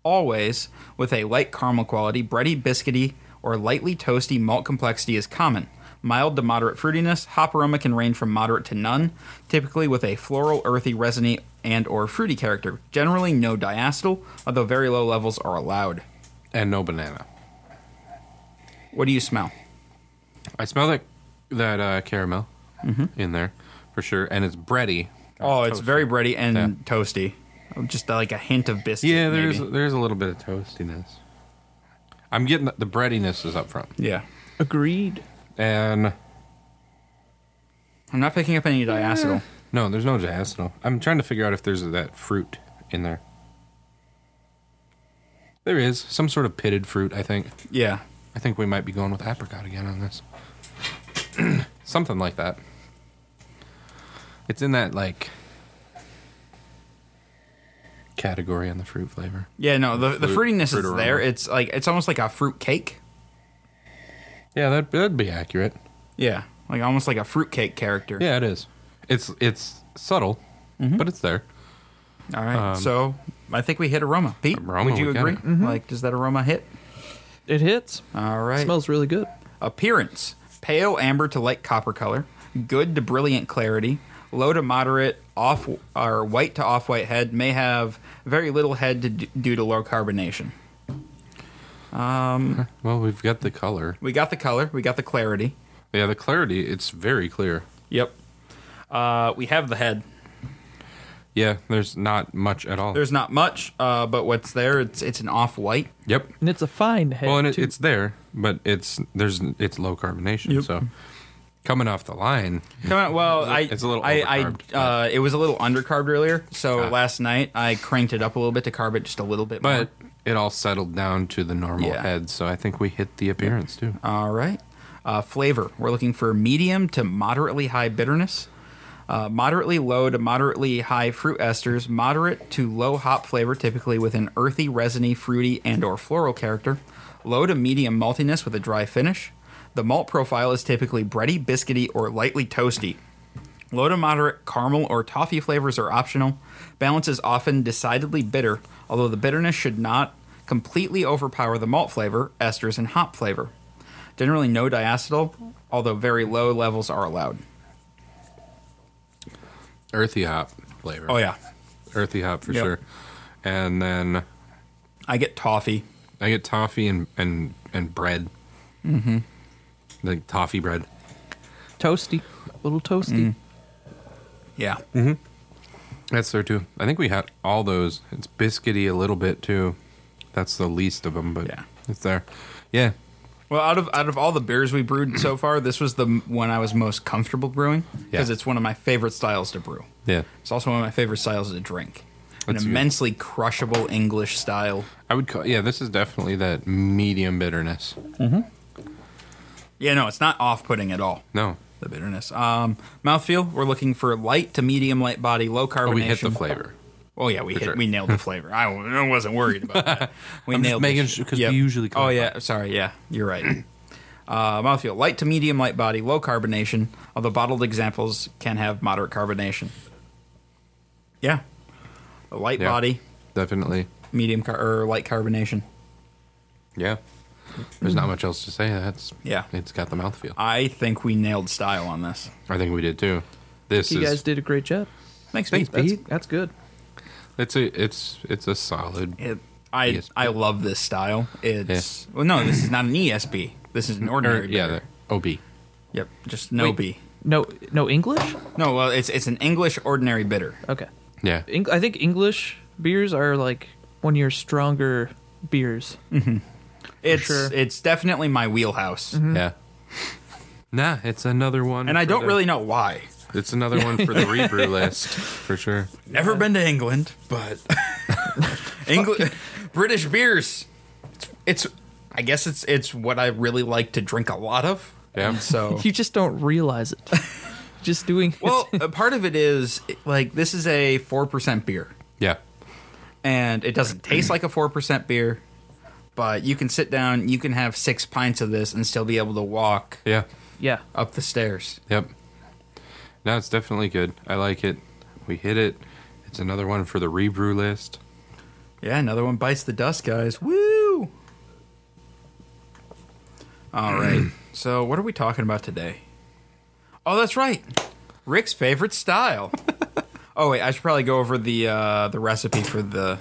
Speaker 1: always with a light caramel quality, bready, biscuity, or lightly toasty malt complexity is common. Mild to moderate fruitiness, hop aroma can range from moderate to none, typically with a floral, earthy, resiny, and or fruity character. Generally no diacetyl, although very low levels are allowed.
Speaker 2: And no banana.
Speaker 1: What do you smell?
Speaker 2: I smell that that uh, caramel in there for sure, and it's bready.
Speaker 1: Oh, it's very bready and
Speaker 2: Yeah.
Speaker 1: toasty. Just uh, like a hint of biscuit.
Speaker 2: Yeah, there's
Speaker 1: maybe.
Speaker 2: there's a little bit of toastiness. I'm getting the, the breadiness is up front,
Speaker 1: yeah.
Speaker 3: Agreed.
Speaker 2: and
Speaker 1: I'm not picking up any diacetyl.
Speaker 2: no, there's no diacetyl. I'm trying to figure out if there's that fruit in there. There is some sort of pitted fruit. I think.
Speaker 1: Yeah.
Speaker 2: I think we might be going with apricot again on this. Something like that. It's in that like category on the fruit flavor.
Speaker 1: Yeah, no, the, the
Speaker 2: Fruit-
Speaker 1: fruitiness is
Speaker 2: fruit aroma.
Speaker 1: there. It's like it's almost like a fruit cake.
Speaker 2: Yeah, that that'd be accurate.
Speaker 1: Yeah, like almost like a fruitcake character.
Speaker 2: Yeah, it is. It's it's subtle,
Speaker 1: Mm-hmm.
Speaker 2: but it's there.
Speaker 1: All right. so I think we hit aroma. Pete,
Speaker 2: Aroma,
Speaker 1: would you
Speaker 2: we got
Speaker 1: agree?
Speaker 2: it.
Speaker 1: Like, does that aroma hit?
Speaker 3: It hits.
Speaker 1: All right.
Speaker 3: Smells really good.
Speaker 1: Appearance: pale amber to light copper color, good to brilliant clarity, low to moderate off or white to off-white head. May have very little head to d- due to low carbonation.
Speaker 2: Well, we've got the color.
Speaker 1: We got the color. We got the clarity.
Speaker 2: Yeah, the clarity. It's very clear.
Speaker 1: Yep. Uh, we have the head.
Speaker 2: Yeah, there's not much at all.
Speaker 1: There's not much, uh, but what's there? It's it's an off-white.
Speaker 2: yep.
Speaker 3: And it's a fine head.
Speaker 2: Well, and it,
Speaker 3: too.
Speaker 2: it's there, but it's there's it's low carbonation.
Speaker 1: Yep.
Speaker 2: So coming off the line,
Speaker 1: Come on, well, I
Speaker 2: It's a little
Speaker 1: I,
Speaker 2: overcarbed.
Speaker 1: I uh, it was a little undercarbed earlier, so
Speaker 2: Ah.
Speaker 1: last night I cranked it up a little bit to carb it just a little bit
Speaker 2: but it all settled down to the normal
Speaker 1: Yeah.
Speaker 2: head. So I think we hit the appearance too.
Speaker 1: more. All right, uh, flavor. We're looking for medium to moderately high bitterness, uh, moderately low to moderately high fruit esters, moderate to low hop flavor, typically with an earthy, resiny, fruity, and/or floral character, low to medium maltiness with a dry finish. The malt profile is typically bready, biscuity, or lightly toasty. Low to moderate caramel or toffee flavors are optional. Balance is often decidedly bitter, although the bitterness should not completely overpower the malt flavor, esters, and hop flavor. Generally, no diacetyl, although very low levels are allowed.
Speaker 2: Earthy hop flavor.
Speaker 1: Oh, yeah.
Speaker 2: earthy hop for
Speaker 1: Yep.
Speaker 2: sure. And then
Speaker 1: I get toffee.
Speaker 2: I get toffee and and and bread. Mm-hmm. Like toffee bread.
Speaker 3: toasty, a little toasty.
Speaker 1: Yeah.
Speaker 2: Mm-hmm. That's there too. I think we had all those. It's biscuity a little bit too. That's the least of them, but
Speaker 1: Yeah.
Speaker 2: it's there. Yeah,
Speaker 1: Well, out of out of all the beers we brewed so far, this was the m- one I was most comfortable brewing because
Speaker 2: Yeah.
Speaker 1: it's one of my favorite styles to brew.
Speaker 2: yeah.
Speaker 1: It's also one of my favorite styles to drink. An
Speaker 2: That's good.
Speaker 1: immensely crushable English style
Speaker 2: I would call. Yeah, this is definitely that medium bitterness.
Speaker 1: Yeah, no, it's not off-putting at all.
Speaker 2: No,
Speaker 1: The bitterness. Um, mouthfeel. We're looking for light to medium light body, low carbonation.
Speaker 2: oh, we hit the flavor.
Speaker 1: Oh yeah, we hit.
Speaker 2: sure.
Speaker 1: We nailed the flavor. I, w- I wasn't worried about that. We
Speaker 2: I'm just
Speaker 1: nailed
Speaker 2: making
Speaker 1: this
Speaker 2: sure,
Speaker 1: shit.
Speaker 2: 'cause we usually
Speaker 1: Oh
Speaker 2: clarify.
Speaker 1: yeah, sorry. Yeah, you're right. Uh, mouthfeel: light to medium light body, low carbonation. Although bottled examples can have moderate carbonation. Yeah, a light
Speaker 2: Yeah.
Speaker 1: body,
Speaker 2: Definitely.
Speaker 1: medium car- or light carbonation.
Speaker 2: Yeah. There's not much else to say. That's
Speaker 1: Yeah.
Speaker 2: It's got the mouthfeel.
Speaker 1: I think we nailed style on this.
Speaker 2: I think we did too. This
Speaker 3: You
Speaker 2: is
Speaker 3: guys did a great job.
Speaker 1: Thanks,
Speaker 2: Thanks,
Speaker 1: Pete.
Speaker 3: That's,
Speaker 1: That's-
Speaker 3: that's good.
Speaker 2: it's a it's it's a solid
Speaker 1: It, I
Speaker 2: ESB.
Speaker 1: I love this style. It's well, no, this is not an ESB. This is an
Speaker 2: Or,
Speaker 1: ordinary.
Speaker 2: yeah,
Speaker 1: beer.
Speaker 2: the OB.
Speaker 1: Yep. Just no
Speaker 3: Wait.
Speaker 1: B.
Speaker 3: No, no English.
Speaker 1: No, well, it's it's an English ordinary bitter.
Speaker 3: Okay,
Speaker 2: Yeah.
Speaker 3: Eng- I think English beers are like one of your stronger beers.
Speaker 1: It's
Speaker 3: sure. Mm-hmm.
Speaker 1: it's definitely my wheelhouse,
Speaker 2: Yeah. Nah, it's another one.
Speaker 1: and I
Speaker 2: for
Speaker 1: don't
Speaker 2: the-
Speaker 1: really know why.
Speaker 2: It's another one for the rebrew list for sure.
Speaker 1: Never been to England, but England, British beers. It's, it's I guess it's it's what I really like to drink a lot of.
Speaker 2: Yeah.
Speaker 1: And so
Speaker 3: You just don't realize it. just doing it.
Speaker 1: well, a part of it is like this is a four percent beer,
Speaker 2: Yeah.
Speaker 1: and it doesn't taste like a four percent beer, but you can sit down, you can have six pints of this, and still be able to walk
Speaker 2: Yeah.
Speaker 3: yeah.
Speaker 1: up the stairs.
Speaker 2: Yep. No, it's definitely good. I like it. We hit it. It's another one for the rebrew list.
Speaker 1: Yeah, another one bites the dust, guys. Woo! All right. So, what are we talking about today? Oh, that's right. Rick's favorite style. oh wait, I should probably go over the uh, the recipe for the.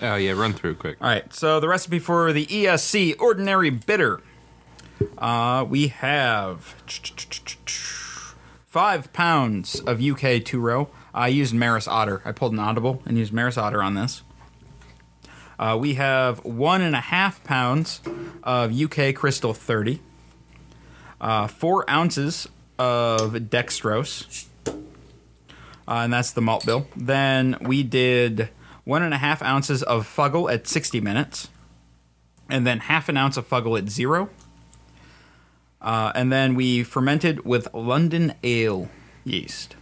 Speaker 2: Oh yeah, run through quick.
Speaker 1: All right. So the recipe for the ESC Ordinary Bitter. Uh, we have five pounds of UK two row. I used Maris Otter. I pulled an audible and used Maris Otter on this. Uh, we have one and a half pounds of UK Crystal 30, uh, four ounces of dextrose, uh, and that's the malt bill. Then we did one and a half ounces of fuggle at 60 minutes, and then half an ounce of fuggle at zero. Uh, and then we fermented with London ale yeast.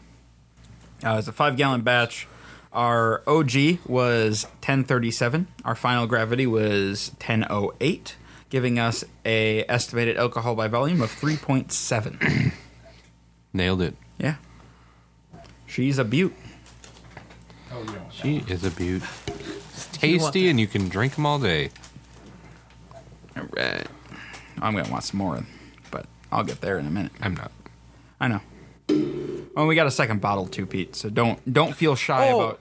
Speaker 1: Uh, it's a five gallon batch. Our OG was 1037. Our final gravity was 1008, giving us a estimated alcohol by volume of 3.7.
Speaker 2: Nailed it.
Speaker 1: yeah. She's a beaut.
Speaker 2: She is a beaut. It's
Speaker 3: You want
Speaker 2: tasty, and you can drink them all day.
Speaker 1: All right. I'm going to want some more, but I'll get there in a minute.
Speaker 2: I'm not.
Speaker 1: I know. Well, we got a second bottle too, Pete. So don't don't feel shy
Speaker 3: Oh.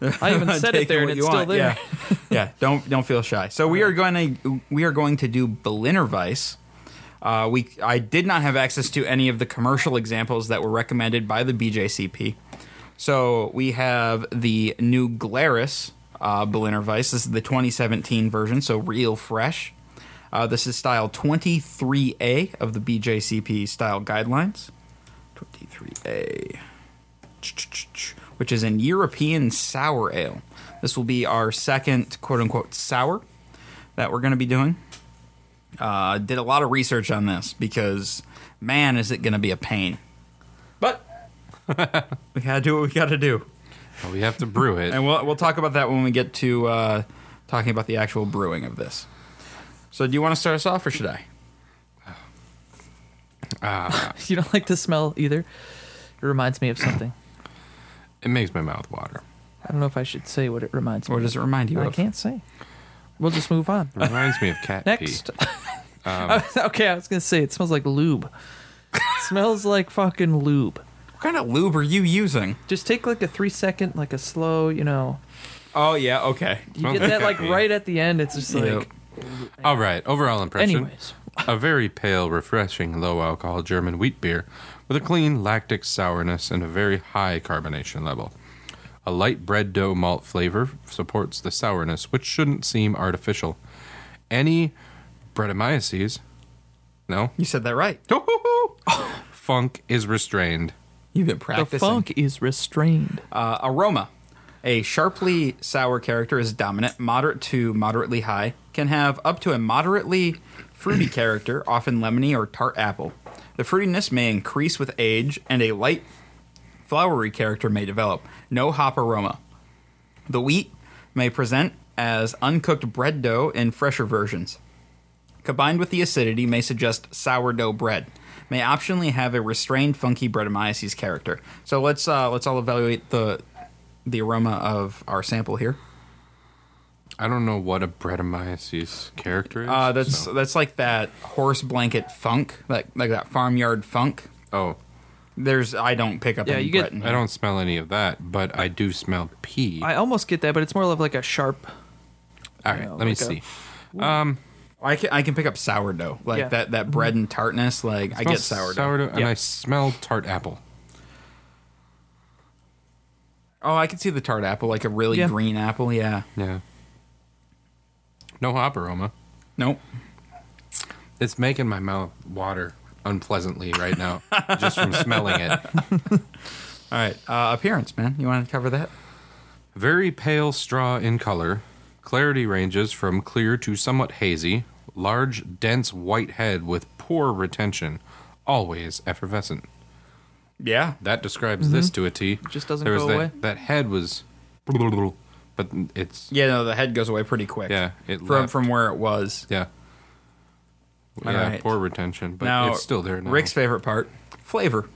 Speaker 1: about
Speaker 3: I even said
Speaker 1: taking
Speaker 3: it there, and
Speaker 1: what
Speaker 3: it's
Speaker 1: you
Speaker 3: still
Speaker 1: want.
Speaker 3: there.
Speaker 1: Yeah. yeah, don't don't feel shy. So we are going to we are going to do Berliner Weiss. Uh, we I did not have access to any of the commercial examples that were recommended by the BJCP. So we have the new Glarus uh, Berliner Weiss. This is the 2017 version, so real fresh. Uh, this is style 23A of the BJCP style guidelines. 23A which is an European sour ale. This will be our second quote unquote sour that we're going to be doing. Uh, did a lot of research on this because, man, is it going to be a pain. But we got to do what we got to do.
Speaker 2: Well, we have to brew it.
Speaker 1: And we'll, we'll talk about that when we get to uh, talking about the actual brewing of this. So, do you want to start us off or should I?
Speaker 3: You don't like the smell either. It reminds me of something.
Speaker 2: It makes my mouth water.
Speaker 3: I don't know if I should say what it reminds me.
Speaker 1: Or does it remind you
Speaker 3: of. I
Speaker 1: of?
Speaker 3: can't say. We'll just move on.
Speaker 2: It reminds me of cat
Speaker 3: Next.
Speaker 2: pee.
Speaker 3: okay, I was gonna say it smells like lube. It smells like fucking lube.
Speaker 1: What kind of lube are you using?
Speaker 3: Just take like a three second, like a slow, you know.
Speaker 1: Oh, yeah, okay.
Speaker 3: You
Speaker 2: Smells
Speaker 3: get
Speaker 2: like
Speaker 3: that like
Speaker 2: cat pee.
Speaker 3: right at the end. It's just like
Speaker 1: Yeah.
Speaker 2: All right. Overall impression.
Speaker 3: Anyways.
Speaker 2: A very pale, refreshing, low alcohol German wheat beer with a clean lactic sourness and a very high carbonation level. A light bread dough malt flavor supports the sourness, which shouldn't seem artificial. Any Brettanomyces, no,
Speaker 1: You said that right.
Speaker 2: funk is restrained.
Speaker 1: You've been
Speaker 3: the
Speaker 1: practicing.
Speaker 3: funk is restrained.
Speaker 1: Uh, aroma. A sharply sour character is dominant, moderate to moderately high, can have up to a moderately fruity character, often lemony or tart apple. The fruitiness may increase with age, and a light flowery character may develop. No hop aroma. The wheat may present as uncooked bread dough in fresher versions. Combined with the acidity may suggest sourdough bread. May optionally have a restrained, funky Brettanomyces character. So let's uh, let's all evaluate the the aroma of our sample here.
Speaker 2: I don't know what a Brettanomyces character is.
Speaker 1: Uh, that's
Speaker 2: so-
Speaker 1: that's like that horse blanket funk, like like that farmyard funk.
Speaker 2: oh,
Speaker 1: There's I don't pick up
Speaker 3: Yeah,
Speaker 1: any
Speaker 3: you get-
Speaker 1: Breton.
Speaker 2: I don't smell any of that, but I do smell pee.
Speaker 3: I almost get that, but it's more of like a sharp.
Speaker 2: All right,
Speaker 3: know,
Speaker 2: let me
Speaker 3: like a-
Speaker 2: see.
Speaker 1: I can I can pick up sourdough like
Speaker 3: Yeah.
Speaker 1: that that bread and tartness. Like I
Speaker 2: Smell
Speaker 1: get sourdough.
Speaker 2: and
Speaker 3: Yeah.
Speaker 2: I smell tart apple.
Speaker 1: Oh, I can see the tart apple, like a really
Speaker 3: Yeah.
Speaker 1: green apple. Yeah.
Speaker 2: Yeah. No hop aroma.
Speaker 1: Nope.
Speaker 2: It's making my mouth water unpleasantly right now just from smelling it.
Speaker 1: All right. Uh, appearance, man. You want to cover that?
Speaker 2: Very pale straw in color. Clarity ranges from clear to somewhat hazy. Large, dense white head with poor retention. Always effervescent.
Speaker 1: Yeah.
Speaker 2: That describes this to a T.
Speaker 3: Mm-hmm. Just doesn't
Speaker 2: There was
Speaker 3: go
Speaker 2: that,
Speaker 3: away.
Speaker 2: That head was, but it's
Speaker 1: Yeah. No, the head goes away pretty quick.
Speaker 2: Yeah, it
Speaker 1: From
Speaker 2: left.
Speaker 1: from where it was.
Speaker 2: yeah,
Speaker 1: All
Speaker 2: yeah.
Speaker 1: right.
Speaker 2: Poor retention, but
Speaker 1: now
Speaker 2: it's still there. Now.
Speaker 1: Rick's favorite part: flavor.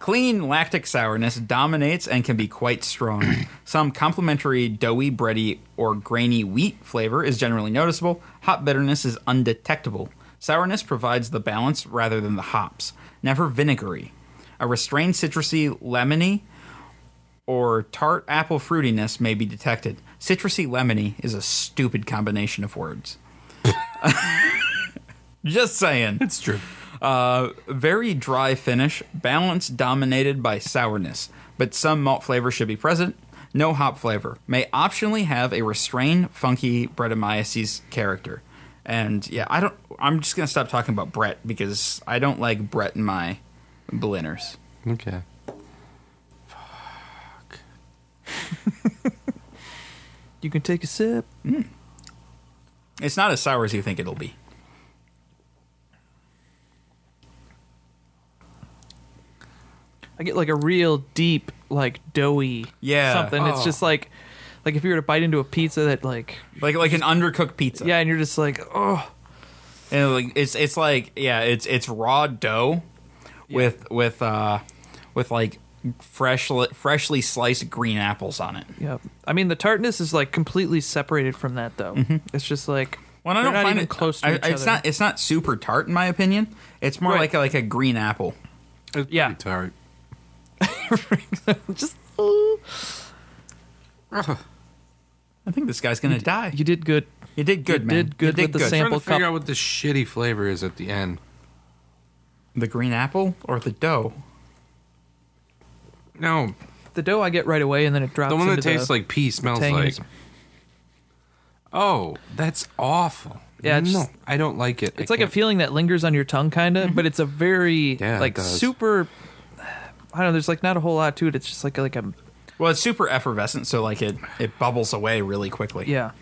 Speaker 1: Clean lactic sourness dominates and can be quite strong. Some complementary doughy, bready, or grainy wheat flavor is generally noticeable. Hop bitterness is undetectable. Sourness provides the balance rather than the hops. Never vinegary. A restrained citrusy, lemony, or tart apple fruitiness may be detected. Citrusy lemony is a stupid combination of words. Just saying.
Speaker 2: it's true.
Speaker 1: Uh, very dry finish, balance dominated by sourness, but some malt flavor should be present. No hop flavor. May optionally have a restrained, funky Brettanomyces character. And yeah, I don't. I'm just gonna stop talking about Brett because I don't like Brett in my blinners.
Speaker 2: Okay.
Speaker 3: You can take a sip.
Speaker 1: It's not as sour as you think it'll be.
Speaker 3: I get like a real deep, like doughy,
Speaker 1: Yeah.
Speaker 3: something. It's
Speaker 2: Oh.
Speaker 3: just like, like if you were to bite into a pizza that like,
Speaker 1: Like like an undercooked pizza.
Speaker 3: yeah, and you're just like, oh,
Speaker 1: And like it's it's like yeah, it's it's raw dough with with uh with like fresh freshly sliced green apples on it.
Speaker 3: yeah. I mean, the tartness is like completely separated from that though. It's just like,
Speaker 1: Mm-hmm. Well, I
Speaker 3: they're
Speaker 1: don't
Speaker 3: not
Speaker 1: find
Speaker 3: even
Speaker 1: it
Speaker 3: close to
Speaker 1: I-
Speaker 3: each
Speaker 1: I- It's
Speaker 3: other.
Speaker 1: not. It's not super tart in my opinion. It's more
Speaker 3: Right.
Speaker 1: like a, like a green apple.
Speaker 2: It's
Speaker 3: Yeah.
Speaker 2: pretty tart.
Speaker 3: just. ooh.
Speaker 1: I think this guy's gonna die.
Speaker 3: You did good.
Speaker 1: You did good, man.
Speaker 3: did good
Speaker 1: you
Speaker 3: with the
Speaker 2: Trying
Speaker 3: sample.
Speaker 2: to
Speaker 3: Apple
Speaker 2: figure
Speaker 3: cup.
Speaker 2: out what the shitty flavor is at the end.
Speaker 1: The green apple or the dough?
Speaker 2: No,
Speaker 3: The dough I get right away, and then it drops.
Speaker 2: the one that
Speaker 3: into
Speaker 2: tastes like pee smells
Speaker 3: tanginess.
Speaker 2: like. Oh, that's awful.
Speaker 3: Yeah, it's
Speaker 2: no,
Speaker 3: just-
Speaker 2: I don't like it. I
Speaker 3: It's like a
Speaker 2: can't-
Speaker 3: feeling that lingers on your tongue, kind
Speaker 1: Mm-hmm.
Speaker 3: of, but it's a very
Speaker 2: Yeah, it
Speaker 3: like
Speaker 2: does.
Speaker 3: super. I don't know. There's like not a whole lot to it. It's just like like a
Speaker 1: Well, it's super effervescent, so like it it bubbles away really quickly.
Speaker 3: yeah.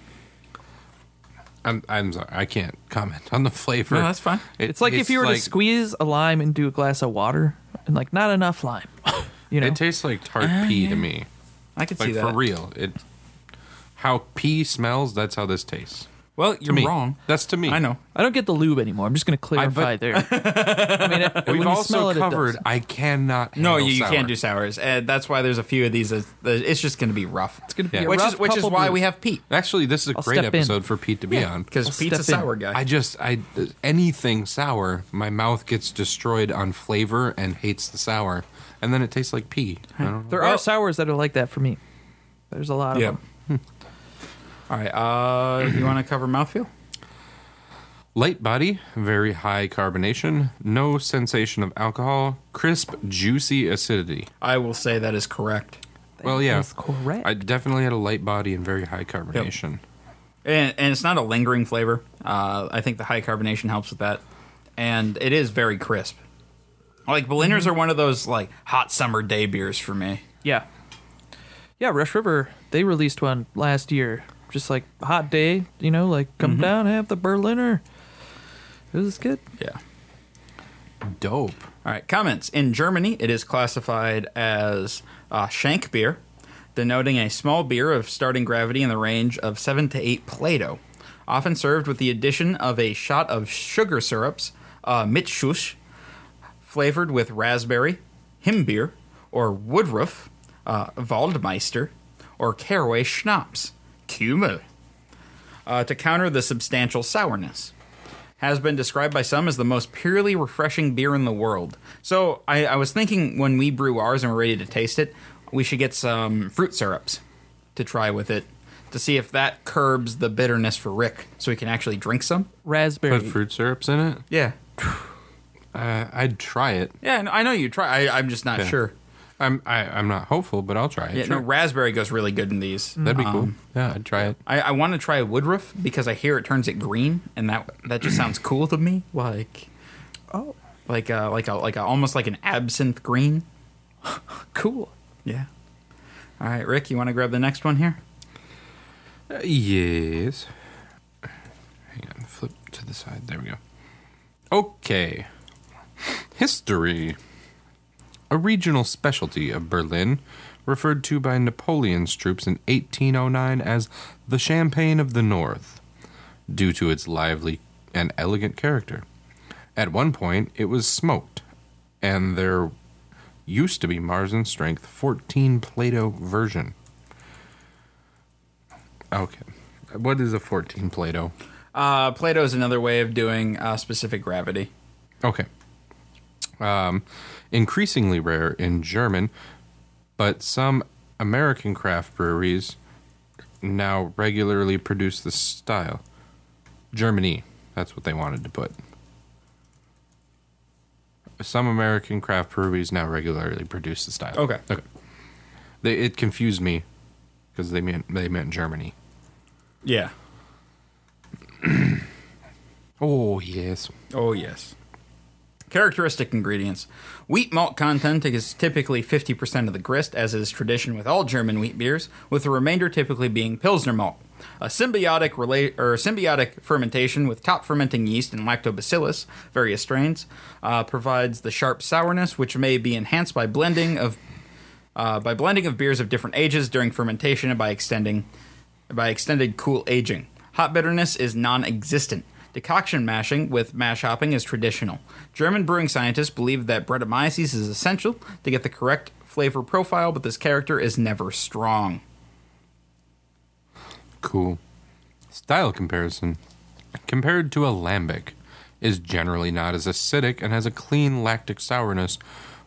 Speaker 2: I'm, I'm sorry, I can't comment on the flavor.
Speaker 1: No, that's fine.
Speaker 2: It
Speaker 3: It's like if
Speaker 2: tastes
Speaker 3: you were
Speaker 2: like-
Speaker 3: to squeeze a lime into a glass of water, and like not enough lime, you know. Ah,
Speaker 2: It tastes like tart pee to me.
Speaker 1: I can see
Speaker 2: Like
Speaker 1: that.
Speaker 2: for real, it. How pee smells, that's how this tastes.
Speaker 1: Well, you're
Speaker 2: me.
Speaker 1: wrong.
Speaker 2: That's to me.
Speaker 1: I know.
Speaker 3: I don't get the lube anymore. I'm just going to clarify
Speaker 2: but-
Speaker 3: there. I mean, it, when
Speaker 2: We've
Speaker 3: you smell
Speaker 2: also
Speaker 3: it, it
Speaker 2: covered.
Speaker 3: does.
Speaker 2: I cannot.
Speaker 1: No,
Speaker 2: handle
Speaker 1: you, you
Speaker 2: sour.
Speaker 1: can't do sours. Uh, that's why there's a few of these. That, that it's just going to be rough. It's
Speaker 3: gonna be a
Speaker 1: which
Speaker 3: rough
Speaker 1: is which is
Speaker 3: couple
Speaker 1: why we
Speaker 3: brews.
Speaker 1: have Pete
Speaker 2: Actually, this is a
Speaker 3: I'll
Speaker 2: great
Speaker 3: step in.
Speaker 2: episode for Pete to be on.
Speaker 1: because
Speaker 3: I'll
Speaker 1: Pete's a
Speaker 3: step in.
Speaker 1: sour guy.
Speaker 2: I just, I anything sour, my mouth gets destroyed on flavor and hates the sour, and then it tastes like pee. I don't know.
Speaker 3: There
Speaker 1: Well-
Speaker 3: are sours that are like that for me. There's a lot of
Speaker 1: yeah.
Speaker 3: them.
Speaker 1: All right. Uh, you want to cover mouthfeel?
Speaker 2: Light body, very high carbonation, no sensation of alcohol, crisp, juicy acidity.
Speaker 1: I will say that is correct.
Speaker 3: That
Speaker 2: well, yeah,
Speaker 3: is correct.
Speaker 2: I definitely had a light body and very high carbonation.
Speaker 1: and, and it's not a lingering flavor. Uh, I think the high carbonation helps with that, and it is very crisp. Like Berliners are one of those like hot summer day beers for me.
Speaker 3: Yeah. Yeah, Rush River, they released one last year. Just like hot day, you know, like
Speaker 2: Mm-hmm.
Speaker 3: come down, have the Berliner. It was good.
Speaker 1: Yeah.
Speaker 2: Dope.
Speaker 1: All right. Comments in Germany, it is classified as uh, Shank beer, denoting a small beer of starting gravity in the range of seven to eight Plato, often served with the addition of a shot of sugar syrups, uh, Mitschusch, flavored with raspberry, Himbeer, or Woodruff, uh, Waldmeister, or caraway schnapps, Kümmel, uh, to counter the substantial sourness. has been described by some as the most purely refreshing beer in the world. So I, I was thinking when we brew ours and we're ready to taste it, we should get some fruit syrups to try with it to see if that curbs the bitterness for Rick, so he can actually drink some.
Speaker 3: Raspberry.
Speaker 2: Put fruit syrups in it.
Speaker 1: Yeah,
Speaker 2: Uh, I'd try it.
Speaker 1: yeah. No, I know you try. I, I'm just not
Speaker 2: Yeah.
Speaker 1: sure.
Speaker 2: I'm I, I'm not hopeful, but I'll try it.
Speaker 1: Yeah,
Speaker 2: sure.
Speaker 1: no, raspberry goes really good in these.
Speaker 2: That'd be cool.
Speaker 1: Um,
Speaker 2: Yeah, I'd try it.
Speaker 1: I, I want to try woodruff because I hear it turns it green, and that that just sounds cool to me. Like, oh, like a, like a like a almost like an absinthe green.
Speaker 3: cool.
Speaker 1: Yeah. All right, Rick, you want to grab the next one here?
Speaker 2: Uh, yes. Hang on, flip to the side. There we go. Okay. History. A regional specialty of Berlin, referred to by Napoleon's troops in 1809 as the Champagne of the North, due to its lively and elegant character. At one point, it was smoked, and there used to be Marzen Strength 14 Plato version. Okay. What is a 14 Plato?
Speaker 1: Uh, Plato's another way of doing uh, specific gravity.
Speaker 2: Okay. Um, increasingly rare in German, but some American craft breweries now regularly produce this style. Germany, that's what they wanted to put. Some American craft breweries now regularly produce the style.
Speaker 1: Okay.
Speaker 2: Okay. They, it confused me because they meant they meant Germany.
Speaker 1: Yeah.
Speaker 2: Oh yes.
Speaker 1: Oh yes. Characteristic ingredients. Wheat malt content is typically 50% of the grist, as is tradition with all German wheat beers, with the remainder typically being Pilsner malt. A symbiotic, rela- or symbiotic fermentation with top fermenting yeast and lactobacillus, various strains, uh, provides the sharp sourness, which may be enhanced by blending of uh, by blending of beers of different ages during fermentation and by extending by extended cool aging. Hot bitterness is non-existent. Decoction mashing with mash hopping is traditional. German brewing scientists believe that Brettanomyces is essential to get the correct flavor profile, but this character is never strong.
Speaker 2: Cool. Style comparison. Compared to a lambic, is generally not as acidic and has a clean lactic sourness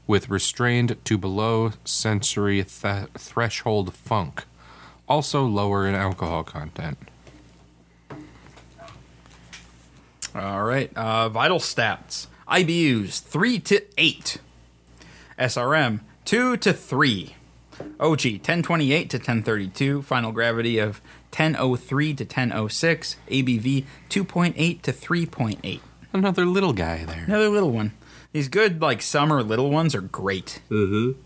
Speaker 2: with restrained to below sensory th- threshold funk. Also lower in alcohol content.
Speaker 1: All right. Uh, vital stats: IBUs three to eight, SRM two to three, OG ten twenty eight to ten thirty two, final gravity of ten oh three to ten oh six, ABV two point eight to three point eight.
Speaker 2: Another little guy there.
Speaker 1: Another little one. These good like summer little ones are great.
Speaker 2: Mm-hmm.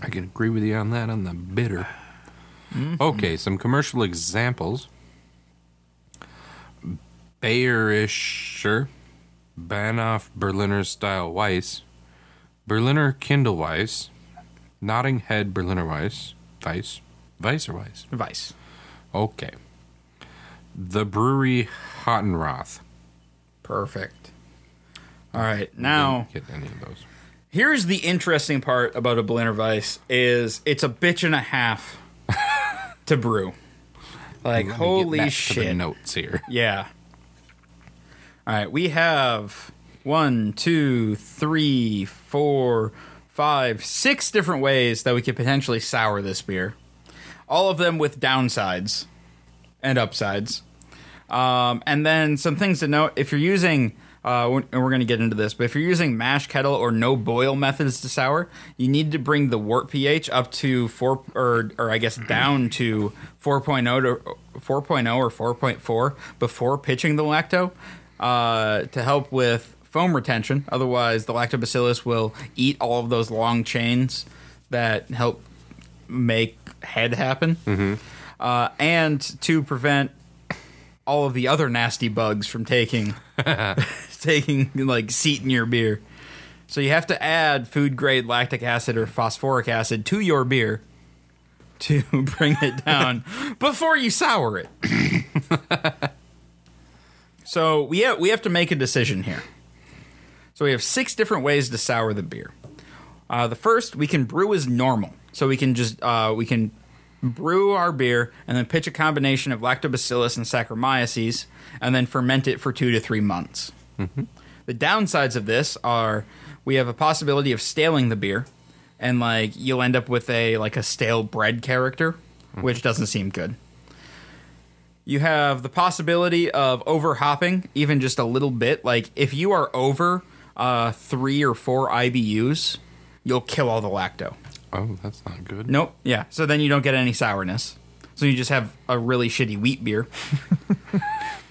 Speaker 2: I can agree with you on that on the bitter.
Speaker 1: Mm-hmm.
Speaker 2: Okay, some commercial examples. Bayerischer, Banoff Berliner style Weiss, Berliner Kindle Weiss, Notting Head Berliner Weiss, Weiss, Weiss or Weiss?
Speaker 1: Vice.
Speaker 2: Okay. The brewery Hottenroth.
Speaker 1: Perfect. All right. Now
Speaker 2: Didn't get any of those.
Speaker 1: Here's the interesting part about a Berliner Weiss is it's a bitch and a half to brew. Like
Speaker 2: Let me get back
Speaker 1: holy
Speaker 2: To the
Speaker 1: shit.
Speaker 2: notes here.
Speaker 1: Yeah. All right, we have one, two, three, four, five, six different ways that we could potentially sour this beer. All of them with downsides and upsides. Um, and then some things to note if you're using, uh, we're- and we're going to get into this, but if you're using mash kettle or no boil methods to sour, you need to bring the wort pH up to 4, or, or I guess down to 4.0 to 4.0 or 4.4 before pitching the lacto uh, to help with foam retention. Otherwise, the lactobacillus will eat all of those long chains that help make head happen. Uh, and to prevent all of the other nasty bugs from taking taking like seat in your beer. So you have to add food grade lactic acid or phosphoric acid to your beer to bring it down before you sour it. so we have, we have to make a decision here. So we have six different ways to sour the beer. Uh, the first we can brew as normal, so we can just uh, we can brew our beer, and then pitch a combination of lactobacillus and Saccharomyces, and then ferment it for two to three months. The downsides of this are we have a possibility of staling the beer, and like you'll end up with a like a stale bread character, which doesn't seem good. You have the possibility of over hopping, even just a little bit. Like if you are over uh, three or four IBUs, you'll kill all the lacto.
Speaker 2: Oh, that's not good.
Speaker 1: Nope. Yeah. So then you don't get any sourness. So you just have a really shitty wheat beer.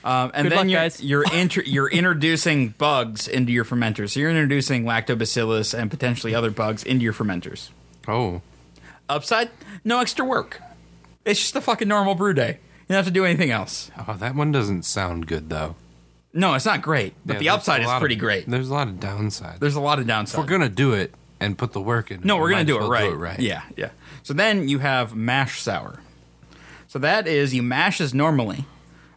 Speaker 1: um, and then
Speaker 3: Good luck,
Speaker 1: you're,
Speaker 3: guys.
Speaker 1: you're intr- you're introducing bugs into your fermenters. So you're introducing lactobacillus and potentially other bugs into your fermenters.
Speaker 2: Oh,
Speaker 1: Upside, no extra work. It's just a fucking normal brew day. You don't have to do anything else.
Speaker 2: oh, that one doesn't sound good though.
Speaker 1: No, it's not great, but
Speaker 2: Yeah,
Speaker 1: the
Speaker 2: there's
Speaker 1: upside
Speaker 2: a
Speaker 1: is
Speaker 2: lot of-
Speaker 1: pretty great.
Speaker 2: There's a lot of downsides.
Speaker 1: There's a lot of
Speaker 2: If we're
Speaker 1: downside.
Speaker 2: gonna do it and put the work in.
Speaker 1: No,
Speaker 2: we
Speaker 1: we're gonna
Speaker 2: might
Speaker 1: do
Speaker 2: as
Speaker 1: it,
Speaker 2: well
Speaker 1: right.
Speaker 2: right.
Speaker 1: Yeah, yeah. So then you have mash sour. So that is you mash as normally,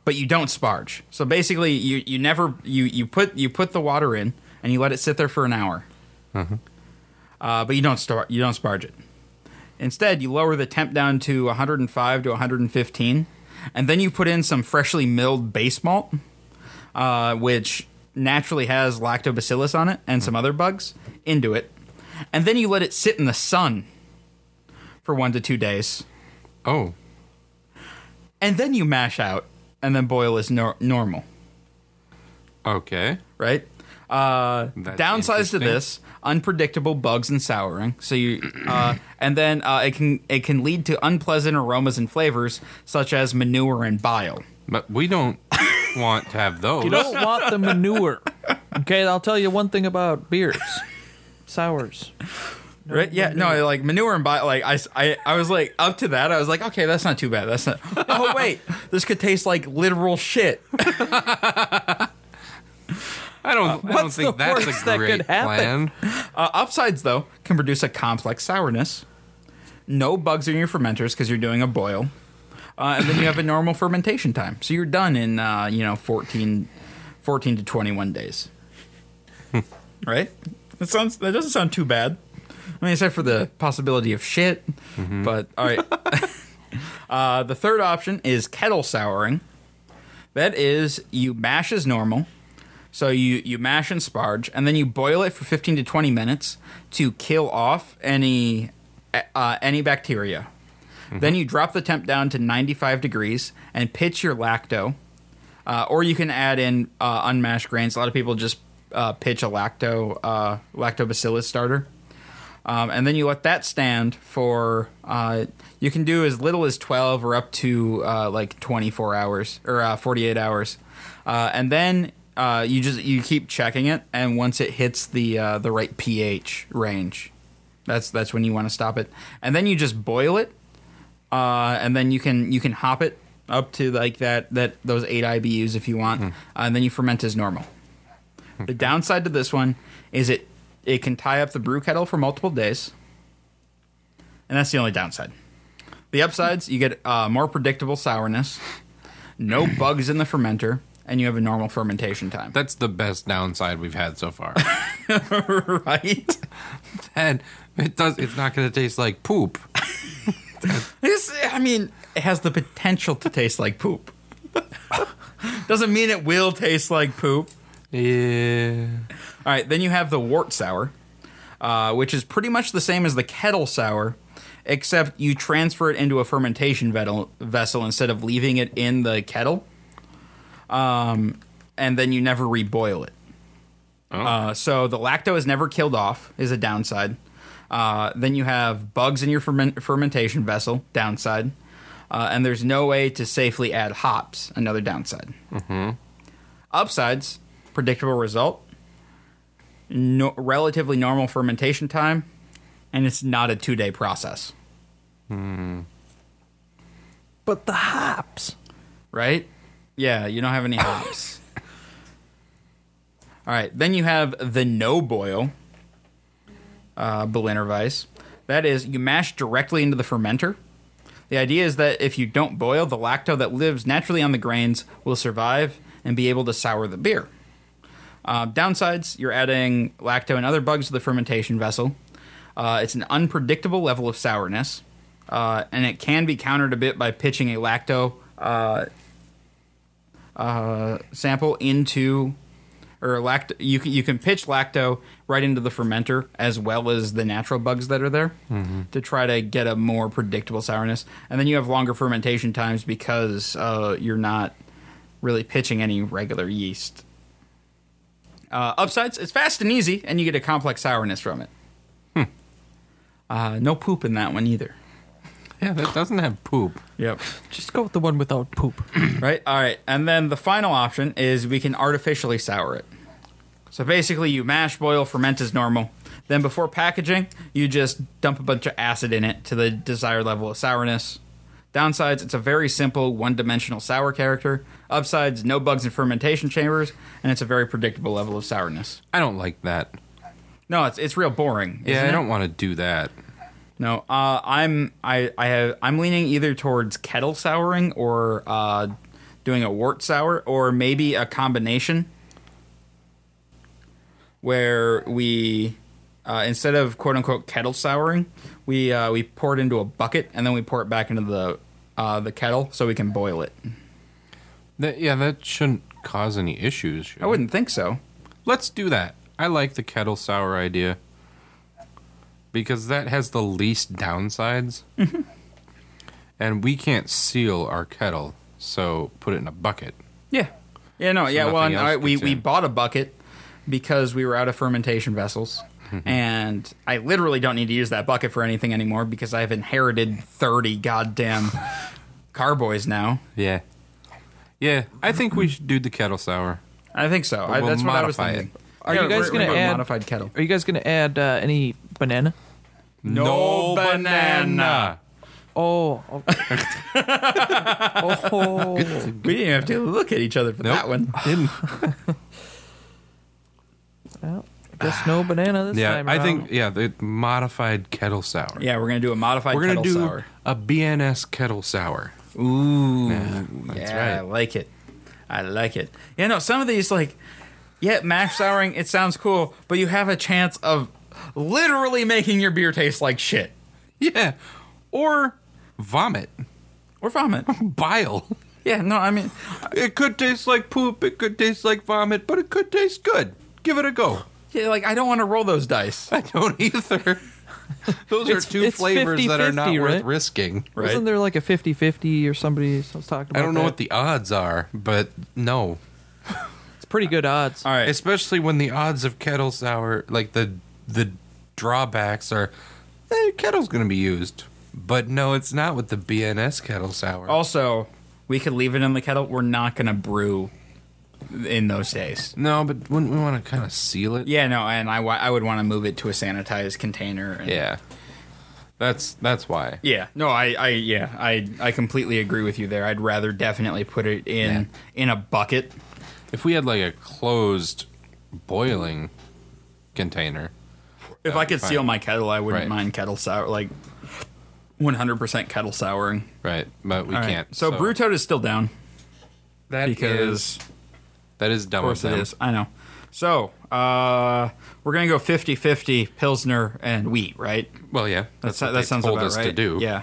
Speaker 1: but you don't sparge. So basically, you you never you you put you put the water in and you let it sit there for an hour.
Speaker 2: Mm-hmm.
Speaker 1: Uh, but you don't start you don't sparge it. Instead, you lower the temp down to 105 to 115, and then you put in some freshly milled base malt uh, which naturally has lactobacillus on it and some
Speaker 2: Mm-hmm.
Speaker 1: other bugs, into it. And then you let it sit in the sun for one to two days.
Speaker 2: Oh,
Speaker 1: And then you mash out and then boil as nor- normal,
Speaker 2: okay.
Speaker 1: right? Uh,
Speaker 2: That's
Speaker 1: downsides to
Speaker 2: interesting.
Speaker 1: this unpredictable bugs and souring so you uh, and then uh, it can it can lead to unpleasant aromas and flavors such as manure and bile
Speaker 2: But we don't want to have those.
Speaker 3: You don't want the manure. Okay, I'll tell you one thing about beers, sours.
Speaker 1: Right? Yeah. No, like manure and bio. Like I, s- I, I was like up to that. I was like, okay, that's not too bad. That's not. Oh wait, this could taste like literal shit.
Speaker 2: I don't. I don't
Speaker 3: what's
Speaker 2: think
Speaker 3: the
Speaker 2: that's
Speaker 3: worst
Speaker 2: a
Speaker 3: that
Speaker 2: great
Speaker 3: could happen?
Speaker 2: plan.
Speaker 1: Uh, upsides though can produce a complex sourness. No bugs in your fermenters because you're doing a boil, uh, and then you have a normal fermentation time. So you're done in uh, you know 14, 14 to twenty one days. right? That sounds. That doesn't sound too bad. I mean, except for the possibility of shit. But all right. Uh, the third option is kettle souring. That is, you mash as normal. So you, you mash and sparge, and then you boil it for 15 to 20 minutes to kill off any uh, any bacteria. Then you drop the temp down to 95 degrees and pitch your lacto. Uh, or you can add in uh, unmashed grains. A lot of people just uh, pitch a lacto uh, lactobacillus starter. Um, and then you let that stand for uh, you can do as little as 12 or up to uh, like 24 hours or uh, 48 hours uh, and then uh, you just you keep checking it and once it hits the uh, the right ph range that's that's when you want to stop it and then you just boil it uh, and then you can you can hop it up to like that that those eight IBUs if you want, uh, and then you ferment as normal. The downside to this one is it it can tie up the brew kettle for multiple days, and that's the only downside. The upsides you get uh, more predictable sourness, no bugs in the fermenter, and you have a normal fermentation time.
Speaker 2: That's the best downside we've had so far.
Speaker 1: right?
Speaker 2: and it does. It's not going to taste like poop.
Speaker 1: This, I mean, it has the potential to taste like poop. Doesn't mean it will taste like poop.
Speaker 2: Yeah.
Speaker 1: All right, then you have the wort sour, uh, which is pretty much the same as the kettle sour, except you transfer it into a fermentation vettel- vessel instead of leaving it in the kettle. Um, and then you never reboil it. Uh, so the lacto is never killed off, is a downside. Uh, then you have bugs in your ferment- fermentation vessel, downside. Uh, and there's no way to safely add hops, another downside. Upsides, predictable result, no, relatively normal fermentation time, and it's not a two day process,
Speaker 3: But the hops.
Speaker 1: right? Yeah, you don't have any hops. All right, then you have the no boil uh, Berliner Weiss. That is, you mash directly into the fermenter. The idea is that if you don't boil, the lacto that lives naturally on the grains will survive and be able to sour the beer. Uh, downsides, you're adding lacto and other bugs to the fermentation vessel. Uh, it's an unpredictable level of sourness. uh, and it can be countered a bit by pitching a lacto uh, uh, sample into or lacto. You can, you can pitch lacto right into the fermenter as well as the natural bugs that are there to try to get a more predictable sourness, and then you have longer fermentation times because uh, you're not really pitching any regular yeast. Uh, upsides, it's fast and easy, and you get a complex sourness from it. Uh, no poop in that one either.
Speaker 2: Yeah, that doesn't have poop.
Speaker 1: Yep.
Speaker 3: Just go with the one without poop.
Speaker 1: right? All right. And then the final option is we can artificially sour it. So basically, you mash, boil, ferment as normal. Then before packaging, you just dump a bunch of acid in it to the desired level of sourness. Downsides, it's a very simple, one dimensional sour character. Upsides, no bugs in fermentation chambers, and it's a very predictable level of sourness.
Speaker 2: I don't like that.
Speaker 1: No, it's, it's real boring.
Speaker 2: Yeah,
Speaker 1: isn't
Speaker 2: I
Speaker 1: it?
Speaker 2: don't want to do that.
Speaker 1: No, uh, I'm I I have I'm leaning either towards kettle souring or uh, doing a wort sour or maybe a combination where we uh, instead of quote unquote kettle souring, we uh, we pour it into a bucket and then we pour it back into the uh, the kettle so we can boil it.
Speaker 2: that. Yeah, that shouldn't cause any issues. should
Speaker 1: I
Speaker 2: it?
Speaker 1: wouldn't think so.
Speaker 2: Let's do that. I like the kettle sour idea because that has the least downsides.
Speaker 1: Mm-hmm.
Speaker 2: and we can't seal our kettle, so put it in a bucket.
Speaker 1: Yeah. Yeah, no, yeah, well,
Speaker 2: nothing
Speaker 1: and
Speaker 2: else
Speaker 1: I, we,
Speaker 2: gets
Speaker 1: we
Speaker 2: in.
Speaker 1: bought a bucket because we were out of fermentation vessels.
Speaker 2: Mm-hmm.
Speaker 1: and I literally don't need to use that bucket for anything anymore because I've inherited 30 goddamn carboys now.
Speaker 2: Yeah. Yeah, I think we should do the kettle sour.
Speaker 1: I think so. I,
Speaker 2: we'll
Speaker 1: that's what I was
Speaker 2: modify it.
Speaker 1: thinking.
Speaker 3: Are you guys
Speaker 1: we're-
Speaker 3: gonna
Speaker 1: we're doing
Speaker 3: add-
Speaker 1: modified kettle?
Speaker 3: Are you guys gonna add uh, any banana?
Speaker 1: No banana.
Speaker 3: Oh, oh. oh.
Speaker 1: We didn't even have to look at each other for
Speaker 2: Nope.
Speaker 1: that one.
Speaker 2: Didn't.
Speaker 3: Well, guess no banana this
Speaker 2: Yeah,
Speaker 3: time.
Speaker 2: I
Speaker 3: around.
Speaker 2: think yeah, the modified kettle sour.
Speaker 1: Yeah, we're gonna do a modified
Speaker 2: We're gonna
Speaker 1: kettle
Speaker 2: do
Speaker 1: sour.
Speaker 2: a BNS kettle sour.
Speaker 1: Ooh,
Speaker 2: that's
Speaker 1: yeah, I
Speaker 2: right.
Speaker 1: like it. I like it. Yeah, no, some of these like, yeah, mash souring. It sounds cool, but you have a chance of literally making your beer taste like shit
Speaker 2: Yeah, or vomit,
Speaker 1: or vomit.
Speaker 2: bile.
Speaker 1: yeah, no, I mean,
Speaker 2: It could taste like poop. It could taste like vomit, but it could taste good. Give it a go.
Speaker 1: yeah, like I don't want to roll those dice.
Speaker 2: I don't either. Those
Speaker 3: It's-
Speaker 2: are two
Speaker 3: it's
Speaker 2: flavors that are not
Speaker 3: 50-50,
Speaker 2: worth
Speaker 3: right?
Speaker 2: risking.
Speaker 1: Right.
Speaker 3: Wasn't there like a 50-50 or somebody was talking about
Speaker 2: I don't know
Speaker 3: that?
Speaker 2: what the odds are, but no.
Speaker 3: It's pretty good odds.
Speaker 1: All right,
Speaker 2: Especially when the odds of kettle sour, like the the drawbacks are, eh, kettle's going to be used. But no, it's not with the BNS kettle sour.
Speaker 1: Oh. also we could leave it in the kettle. We're not gonna brew in those days.
Speaker 2: No, but wouldn't we want to kind of seal it?
Speaker 1: Yeah, no, and I, wa- I would want to move it to a sanitized container. And,
Speaker 2: Yeah. That's that's why.
Speaker 1: Yeah, no, I, I, yeah, I, I completely agree with you there. I'd rather definitely put it in in a bucket.
Speaker 2: If we had like a closed boiling container,
Speaker 1: If I could
Speaker 2: fine.
Speaker 1: seal my kettle, I wouldn't
Speaker 2: Right.
Speaker 1: mind kettle sour, like 100% kettle souring.
Speaker 2: right? But we
Speaker 1: All right,
Speaker 2: can't.
Speaker 1: So, Brewtoad is still down
Speaker 2: that is-
Speaker 1: because,
Speaker 2: that is dumb.
Speaker 1: of course,
Speaker 2: of
Speaker 1: it
Speaker 2: them.
Speaker 1: is. I know. So uh, we're gonna go 50-50 Pilsner and wheat, right?
Speaker 2: Well, yeah,
Speaker 1: That's,
Speaker 2: that's, what
Speaker 1: that
Speaker 2: they
Speaker 1: sounds
Speaker 2: told
Speaker 1: about
Speaker 2: us
Speaker 1: right.
Speaker 2: to do.
Speaker 1: Yeah.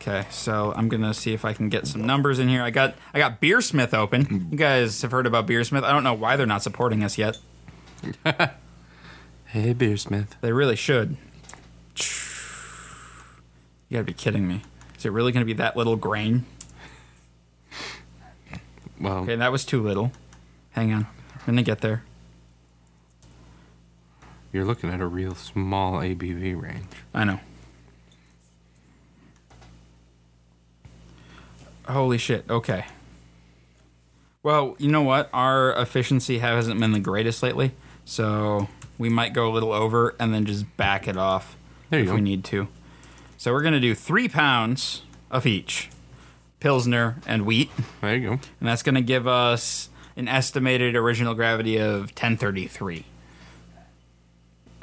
Speaker 1: Okay, so I'm gonna see if I can get some numbers in here. I got I got Beersmith open. You guys have heard about Beersmith. I don't know why they're not supporting us yet.
Speaker 2: Hey, Beersmith.
Speaker 1: They really should. You gotta be kidding me. Is it really gonna be that little grain?
Speaker 2: Well,
Speaker 1: Okay, that was too little. Hang on. I'm gonna get there.
Speaker 2: you're looking at a real small ABV range.
Speaker 1: I know. Holy shit. Okay. Well, you know what? Our efficiency hasn't been the greatest lately, so we might go a little over and then just back it off
Speaker 2: There you
Speaker 1: if
Speaker 2: go.
Speaker 1: we need to. So we're gonna do three pounds of each pilsner and wheat,
Speaker 2: There you go.
Speaker 1: and that's gonna give us an estimated original gravity of 1033,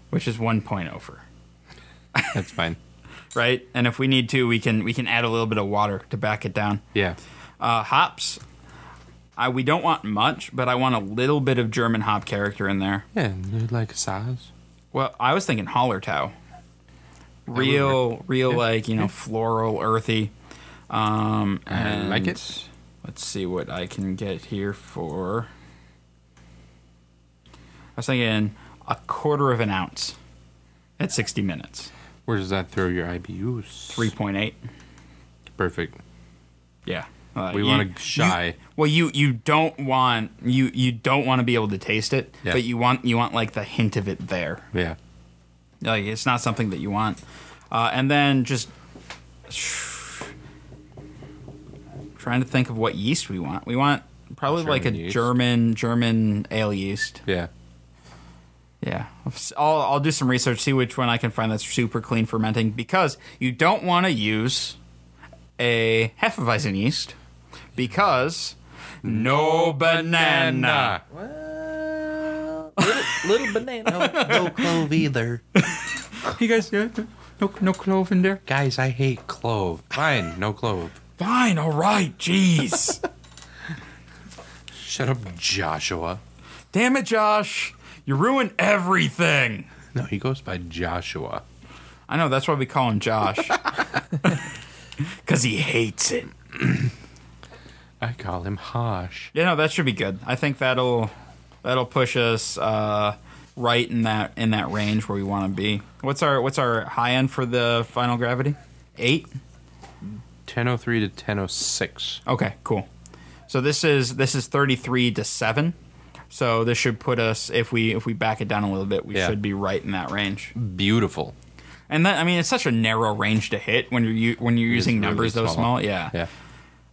Speaker 1: which is one point oh over
Speaker 2: That's fine.
Speaker 1: right? And if we need to, we can we can add a little bit of water to back it down.
Speaker 2: Yeah.
Speaker 1: Uh, hops, I, we don't want much, but I want a little bit of German hop character in there.
Speaker 2: Yeah, you like a size?
Speaker 1: Well, I was thinking Hollertau, real, real like you know, floral, earthy. Um,
Speaker 2: I like
Speaker 1: and
Speaker 2: it.
Speaker 1: Let's see what I can get here for. I was thinking a quarter of an ounce at 60 minutes,
Speaker 2: Where does that throw your IBUs?
Speaker 1: 3.8.
Speaker 2: Perfect.
Speaker 1: Yeah. Uh,
Speaker 2: We
Speaker 1: you-
Speaker 2: wanna shy.
Speaker 1: you- well, you you don't want you you don't want to be able to taste it,
Speaker 2: Yeah.
Speaker 1: but you want you want like the hint of it there.
Speaker 2: Yeah.
Speaker 1: Like it's not something that you want. Uh, and then just trying to think of what yeast we want. We want probably like a
Speaker 2: German yeast.
Speaker 1: German German ale yeast.
Speaker 2: Yeah.
Speaker 1: Yeah, I'll I'll do some research, see which one I can find that's super clean fermenting because you don't want to use a Hefeweizen yeast because no banana.
Speaker 2: uh,
Speaker 4: Well, little, little banana. No, no clove either.
Speaker 2: You guys, no, no clove in
Speaker 1: there?
Speaker 2: Guys, I hate clove. Fine, no clove.
Speaker 1: Fine, all right, jeez.
Speaker 2: Shut up, Joshua.
Speaker 1: Damn it, Josh, you ruin everything.
Speaker 2: No, he goes by Joshua.
Speaker 1: I know that's why we call him Josh. Cause he hates it.
Speaker 2: I call him Hosh.
Speaker 1: Yeah, no, that should be good. I think that'll that'll push us uh, right in that in that range where we want to be. What's our what's our high end for the final gravity? Eight.
Speaker 2: 1003 to 1006.
Speaker 1: Okay, cool. So this is this is thirty three to seven. So this should put us if we if we back it down a little bit, we
Speaker 2: Yeah.
Speaker 1: should be right in that range.
Speaker 2: Beautiful.
Speaker 1: And that I mean, it's such a narrow range to hit when you're u- when you're
Speaker 2: is
Speaker 1: using
Speaker 2: really
Speaker 1: numbers those
Speaker 2: small.
Speaker 1: small. Yeah.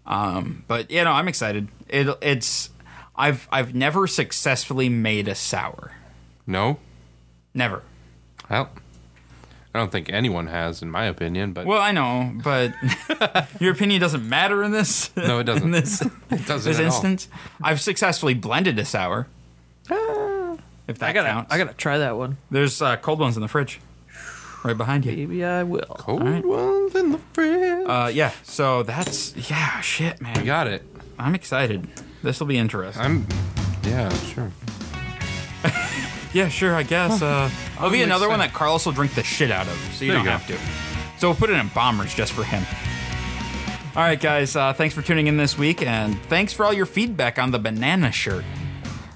Speaker 2: Yeah.
Speaker 1: But you know, I'm excited. It it's I've I've never successfully made a sour.
Speaker 2: No?
Speaker 1: Never.
Speaker 2: Well, I don't think anyone has, in my opinion, but
Speaker 1: Well, I know, but your opinion doesn't matter in this.
Speaker 2: No, it doesn't.
Speaker 1: In this,
Speaker 2: it doesn't
Speaker 1: this
Speaker 2: at all.
Speaker 1: instance, I've successfully blended a sour.
Speaker 2: Ah.
Speaker 1: If that
Speaker 3: I gotta,
Speaker 1: counts,
Speaker 3: I gotta try that one.
Speaker 1: There's uh, cold ones in the fridge, right behind you.
Speaker 3: Maybe I will.
Speaker 2: Cold ones in the fridge.
Speaker 1: Uh, yeah. So that's yeah. Shit,
Speaker 2: I
Speaker 1: man.
Speaker 2: got it.
Speaker 1: I'm excited. This will be interesting.
Speaker 2: I'm. Yeah, sure.
Speaker 1: yeah, sure. I guess. Uh, it'll be
Speaker 2: I'm
Speaker 1: another one that Carlos will drink the shit out of, so you
Speaker 2: There
Speaker 1: don't
Speaker 2: you go.
Speaker 1: have to. So we'll put it in bombers just for him. All right, guys. Uh, thanks for tuning in this week, and thanks for all your feedback on the banana shirt.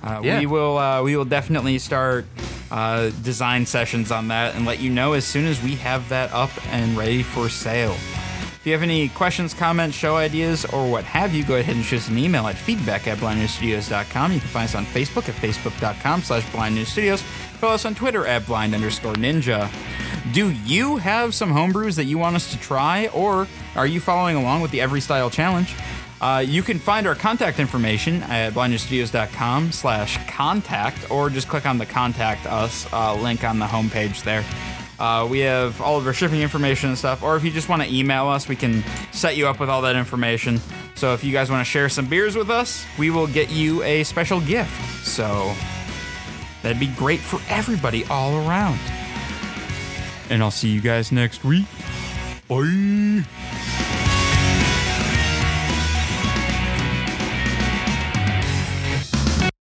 Speaker 1: Uh,
Speaker 2: Yeah.
Speaker 1: We will uh, we will definitely start uh, design sessions on that and let you know as soon as we have that up and ready for sale. If you have any questions, comments, show ideas, or what have you, go ahead and shoot us an email at feedback at blindnewstudios.com. You can find us on Facebook at facebook.com slash blindnewstudios. Follow us on Twitter at blind underscore ninja. Do you have some homebrews that you want us to try, or are you following along with the Every Style Challenge? Uh, you can find our contact information at blindnewstudios.com slash contact or just click on the contact us uh, link on the homepage there. Uh, we have all of our shipping information and stuff, or if you just want to email us, we can set you up with all that information. So if you guys want to share some beers with us, we will get you a special gift. So that'd be great for everybody all around. And I'll see you guys next week. Bye.